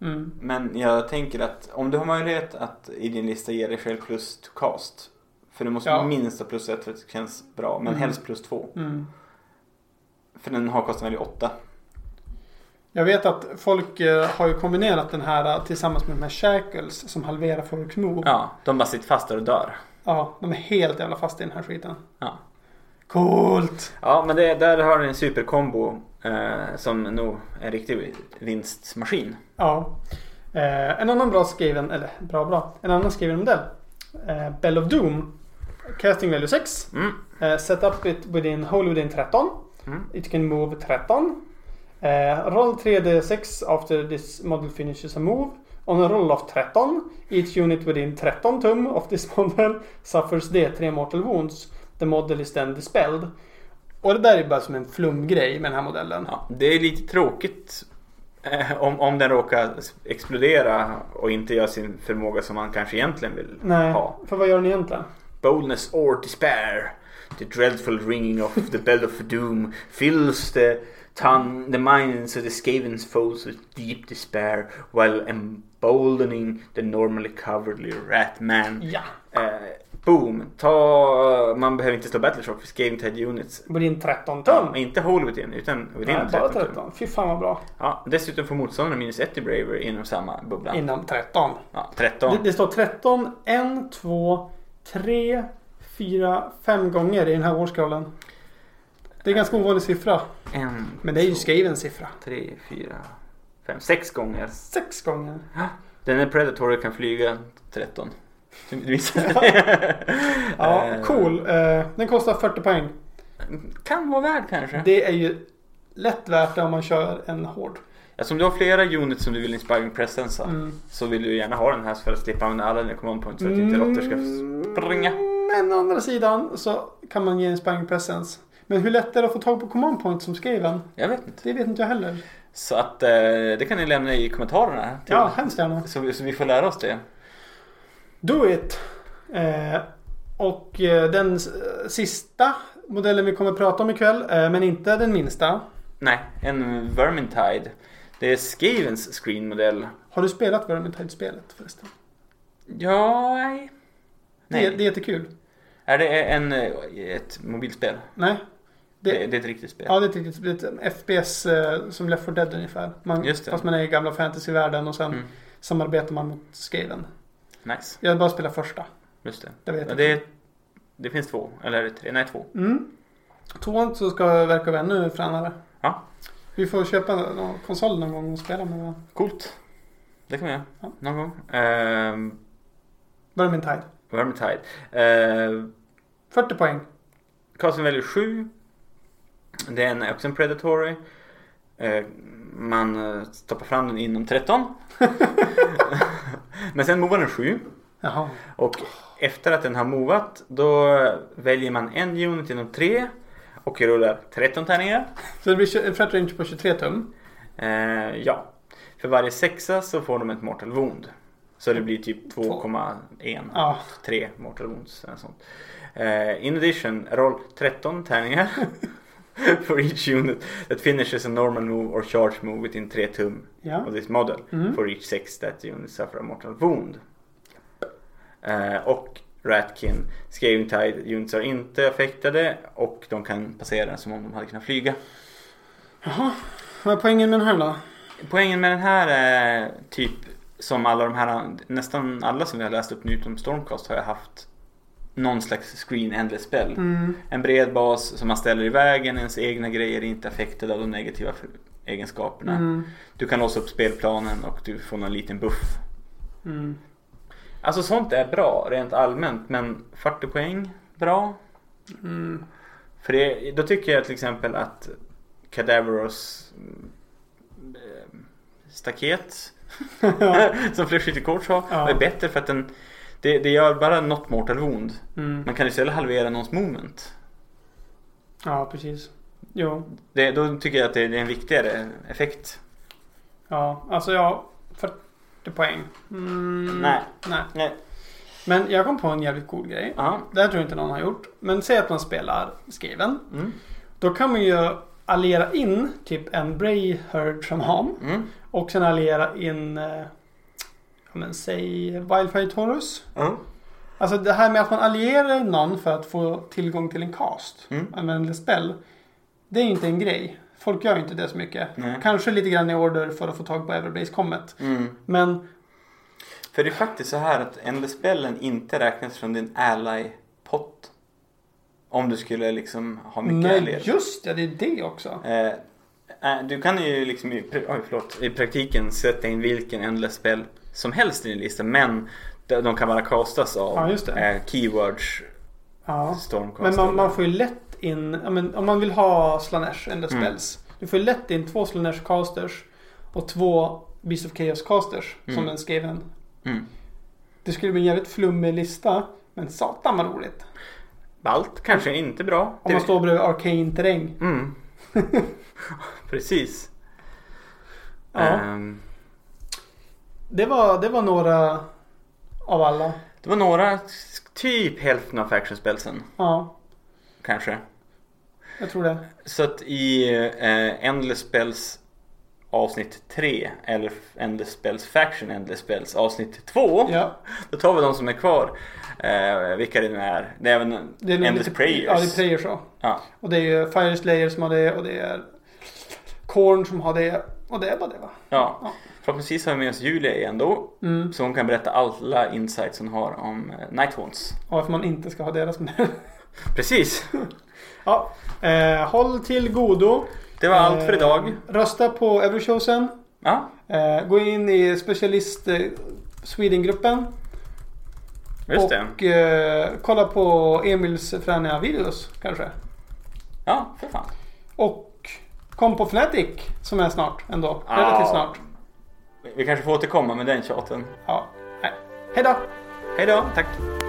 Mm.
Men jag tänker att om du har möjlighet att i din lista ge dig själv plus to cast. För du måste
Ja.
minst ha plus ett för att det känns bra. Men
Mm.
helst plus två.
Mm.
För den har kostat väl 8.
Jag vet att folk eh, har ju kombinerat den här eh, tillsammans med de här shackles som halverar folks move. Ja.
Ja, de bara sitter fast där och dör.
de är helt jävla fast i den här skiten.
Ja.
Coolt!
Ja, men det, där har du en superkombo eh, som nog är en riktig vinstmaskin.
Ja. Eh, en annan bra skriven, eller bra bra, en annan skriven modell. Eh, Bell of Doom. Casting value 6.
Mm.
Eh, set up it within, hole within 13.
Mm.
It can move 13. Eh, roll 3D6 after this model finishes a move. On a roll of 13. Each unit within 13 tum of this model suffers D3 mortal wounds. The model is then dispelled. Och det där är bara som en flumgrej med den här modellen.
Ja, det är lite tråkigt eh, om, om den råkar explodera och inte gör sin förmåga som man kanske egentligen vill
Nej,
ha.
för vad gör den egentligen?
Boldness or despair. The dreadful ringing of the bell of doom fills the tongue, the minds of the Skaven's foes with deep despair while emboldening the normally cowardly rat man.
Ja!
Eh, boom! Ta, man behöver inte slå Battleshock för Skaven Ted Units.
Within 13 tum.
Ja, inte Hole Within utan Within
Nej, bara
13 tum.
13. Fy fan vad bra.
Ja, dessutom får motståndaren minus 1 i Braver inom samma bubbla.
Inom 13.
Ja,
Det,
13.
det står 13, 1, 2, 3, 4, 5 gånger i den här årskullen. Det är en ganska ovanlig siffra.
En,
Men det är ju
två,
skriven siffra.
tre, fyra, fem, sex gånger.
Sex gånger.
Den här Predator kan flyga 13. Du missade.
Ja,
Eh,
cool. Eh, Den kostar 40 poäng.
Kan vara värd kanske.
Det är ju lätt värt det om man kör en hård.
Alltså, om du har flera units som du vill inspiring presensa
Mm.
så vill du gärna ha den här för att slippa använda alla dina command points så att inte råttor ska
Mm.
springa.
Men å andra sidan så kan man ge en sparring presence. Men hur lätt är det att få tag på command points som skriven?
Jag vet inte.
Det vet inte jag heller.
Så att eh, det kan ni lämna i kommentarerna. Till.
Ja, hemskt gärna.
Så, vi- så vi får lära oss det.
Do it! Eh, och eh, den s- sista modellen vi kommer att prata om ikväll, eh, men inte den minsta.
Nej, en Vermintide. Det är Skavens screenmodell.
Har du spelat Vermintide-spelet förresten?
Ja, nej.
Det,
Nej.
det är jättekul.
Är det en, eh, ett mobilspel?
Nej?
Det,
Det-
det, är ett riktigt spel.
Ja, det är ett riktigt det är ett FPS eh, som Left 4 Dead ungefär. Man,
Just det.
Fast man är i gamla fantasyvärlden och sen
Mm.
samarbetar man mot Skaven.
Nice.
Jag har bara spelat första.
Just det.
Jag vet
Ja,
inte.
det, det finns två. Eller är det tre? Nej, två.
Mm. Tvåan så ska jag verka vara ännu fränare.
Ja.
Vi får köpa någon konsol någon gång och spela med varandra.
Coolt. Det kan vi göra.
Ja.
Någon gång. Ehm,
Vermintide.
Vermintide. Uh,
40 poäng.
Castle Value 7. Det är en, också en Predatory. Eh, man eh, stoppar fram den inom 13. Men sen movar den 7.
Jaha.
Och efter att den har movat då väljer man en unit inom tre och rullar 13 tärningar.
Så det blir tjo- en flat range på 23 tum.
Eh, ja. För varje sexa så får de ett mortal wound. Så det blir typ 2,1.
Ja.
3 mortal wounds eller sånt. Eh, in addition, roll 13 tärningar. For each unit that finishes a normal move or charge move within 3 tum
ja.
of this model.
Mm.
For each sex that unit suffer a mortal wound. Eh, och Ratkin, Scaling Tide units är inte affektade och de kan passera den som om de hade kunnat flyga.
Jaha. Vad är poängen med den här då?
Poängen med den här är typ som alla de här, nästan alla som vi har läst upp nu utom Stormcast har jag haft någon slags screen endless spell.
Mm.
En bred bas som man ställer i vägen, ens egna grejer är inte affektade av de negativa f- egenskaperna.
Mm.
Du kan låsa upp spelplanen och du får någon liten buff.
Mm.
Alltså sånt är bra rent allmänt men 40 poäng, bra.
Mm.
För det, då tycker jag till exempel att Cadaveros mm, eh, staket
Mm.
som Flashity Coach har
Ja.
är bättre för att den det, det gör bara något mortal wound.
Mm.
Man kan istället halvera någons moment.
Ja, precis. Jo.
Det, då tycker jag att det, det är en viktigare effekt.
Ja, alltså ja. 40 poäng. Mm.
Nej.
Nej.
Nej.
Men jag kom på en jävligt cool grej.
Ja.
Det här tror jag inte någon har gjort. Men säg att man spelar skriven.
Mm.
Då kan man ju alliera in typ en Bray Herd Shaman.
Mm.
Och sen alliera in, eh, ja men säg Wildfire Taurus.
Ja.
Alltså det här med att man allierar någon för att få tillgång till en cast.
Mm.
Användlig spel. Det är ju inte en grej. Folk gör ju inte det så mycket.
Nej.
Kanske lite grann i order för att få tag på Everblaze Comet.
Mm.
Men
För det är faktiskt så här att endless-spelen inte räknas från din ally-pott. Om du skulle liksom ha mycket
nej,
allyer.
just det, det är det också.
Eh, eh, du kan ju liksom i, pra- oj, förlåt, i praktiken sätta in vilken endless spel som helst i din lista men de de kan bara castas av
Ja, just det.
eh, keywords
Ja.
stormcast.
Men man, man får ju lätt in, ja, men, om man vill ha Slanesh eller
Mm.
Spells. Du får ju lätt in två Slanesh casters och två Beast of Chaos casters som
Mm.
en Skaven.
mm.
Det skulle bli en jävligt flummig lista. Men satan vad roligt.
Balt kanske inte bra.
Om man står bredvid Arcane terräng.
mm. Precis.
Ja.
Ehm,
Det var, det var några av alla.
det var några, typ hälften av faction-spelsen
Ja,
kanske.
jag tror det.
Så att i eh, Endless Spells avsnitt 3 eller Endless Spells Faction Endless Spells avsnitt 2.
Ja,
Då tar vi de som är kvar. Eh, vilka det nu är. Det är även
det är nog
Endless
lite,
Prayers.
Ja, det är Prayers ja.
Ja.
Och det är ju Fire Slayer som har det och det är Korn som har det. Och det är bara det va?
Ja.
Ja.
Förhoppningsvis har vi med oss Julia igen då.
Mm.
Så hon kan berätta alla insights hon har om eh, Nighthorns.
Och varför man inte ska ha deras med.
Precis.
ja, eh, håll till godo.
Det var allt för
Eh,
idag.
Rösta på Everchosen.
Ja,
Eh, gå in i specialist eh, Sweden-gruppen.
just
och
det.
Eh, kolla på Emils fräna videos kanske.
Ja, för fan.
Och kom på Fnatic som är snart ändå.
Ja.
Relativt snart.
Vi kanske får återkomma med den tjaten.
Ja. Nej. Hej då!
Hej då, tack.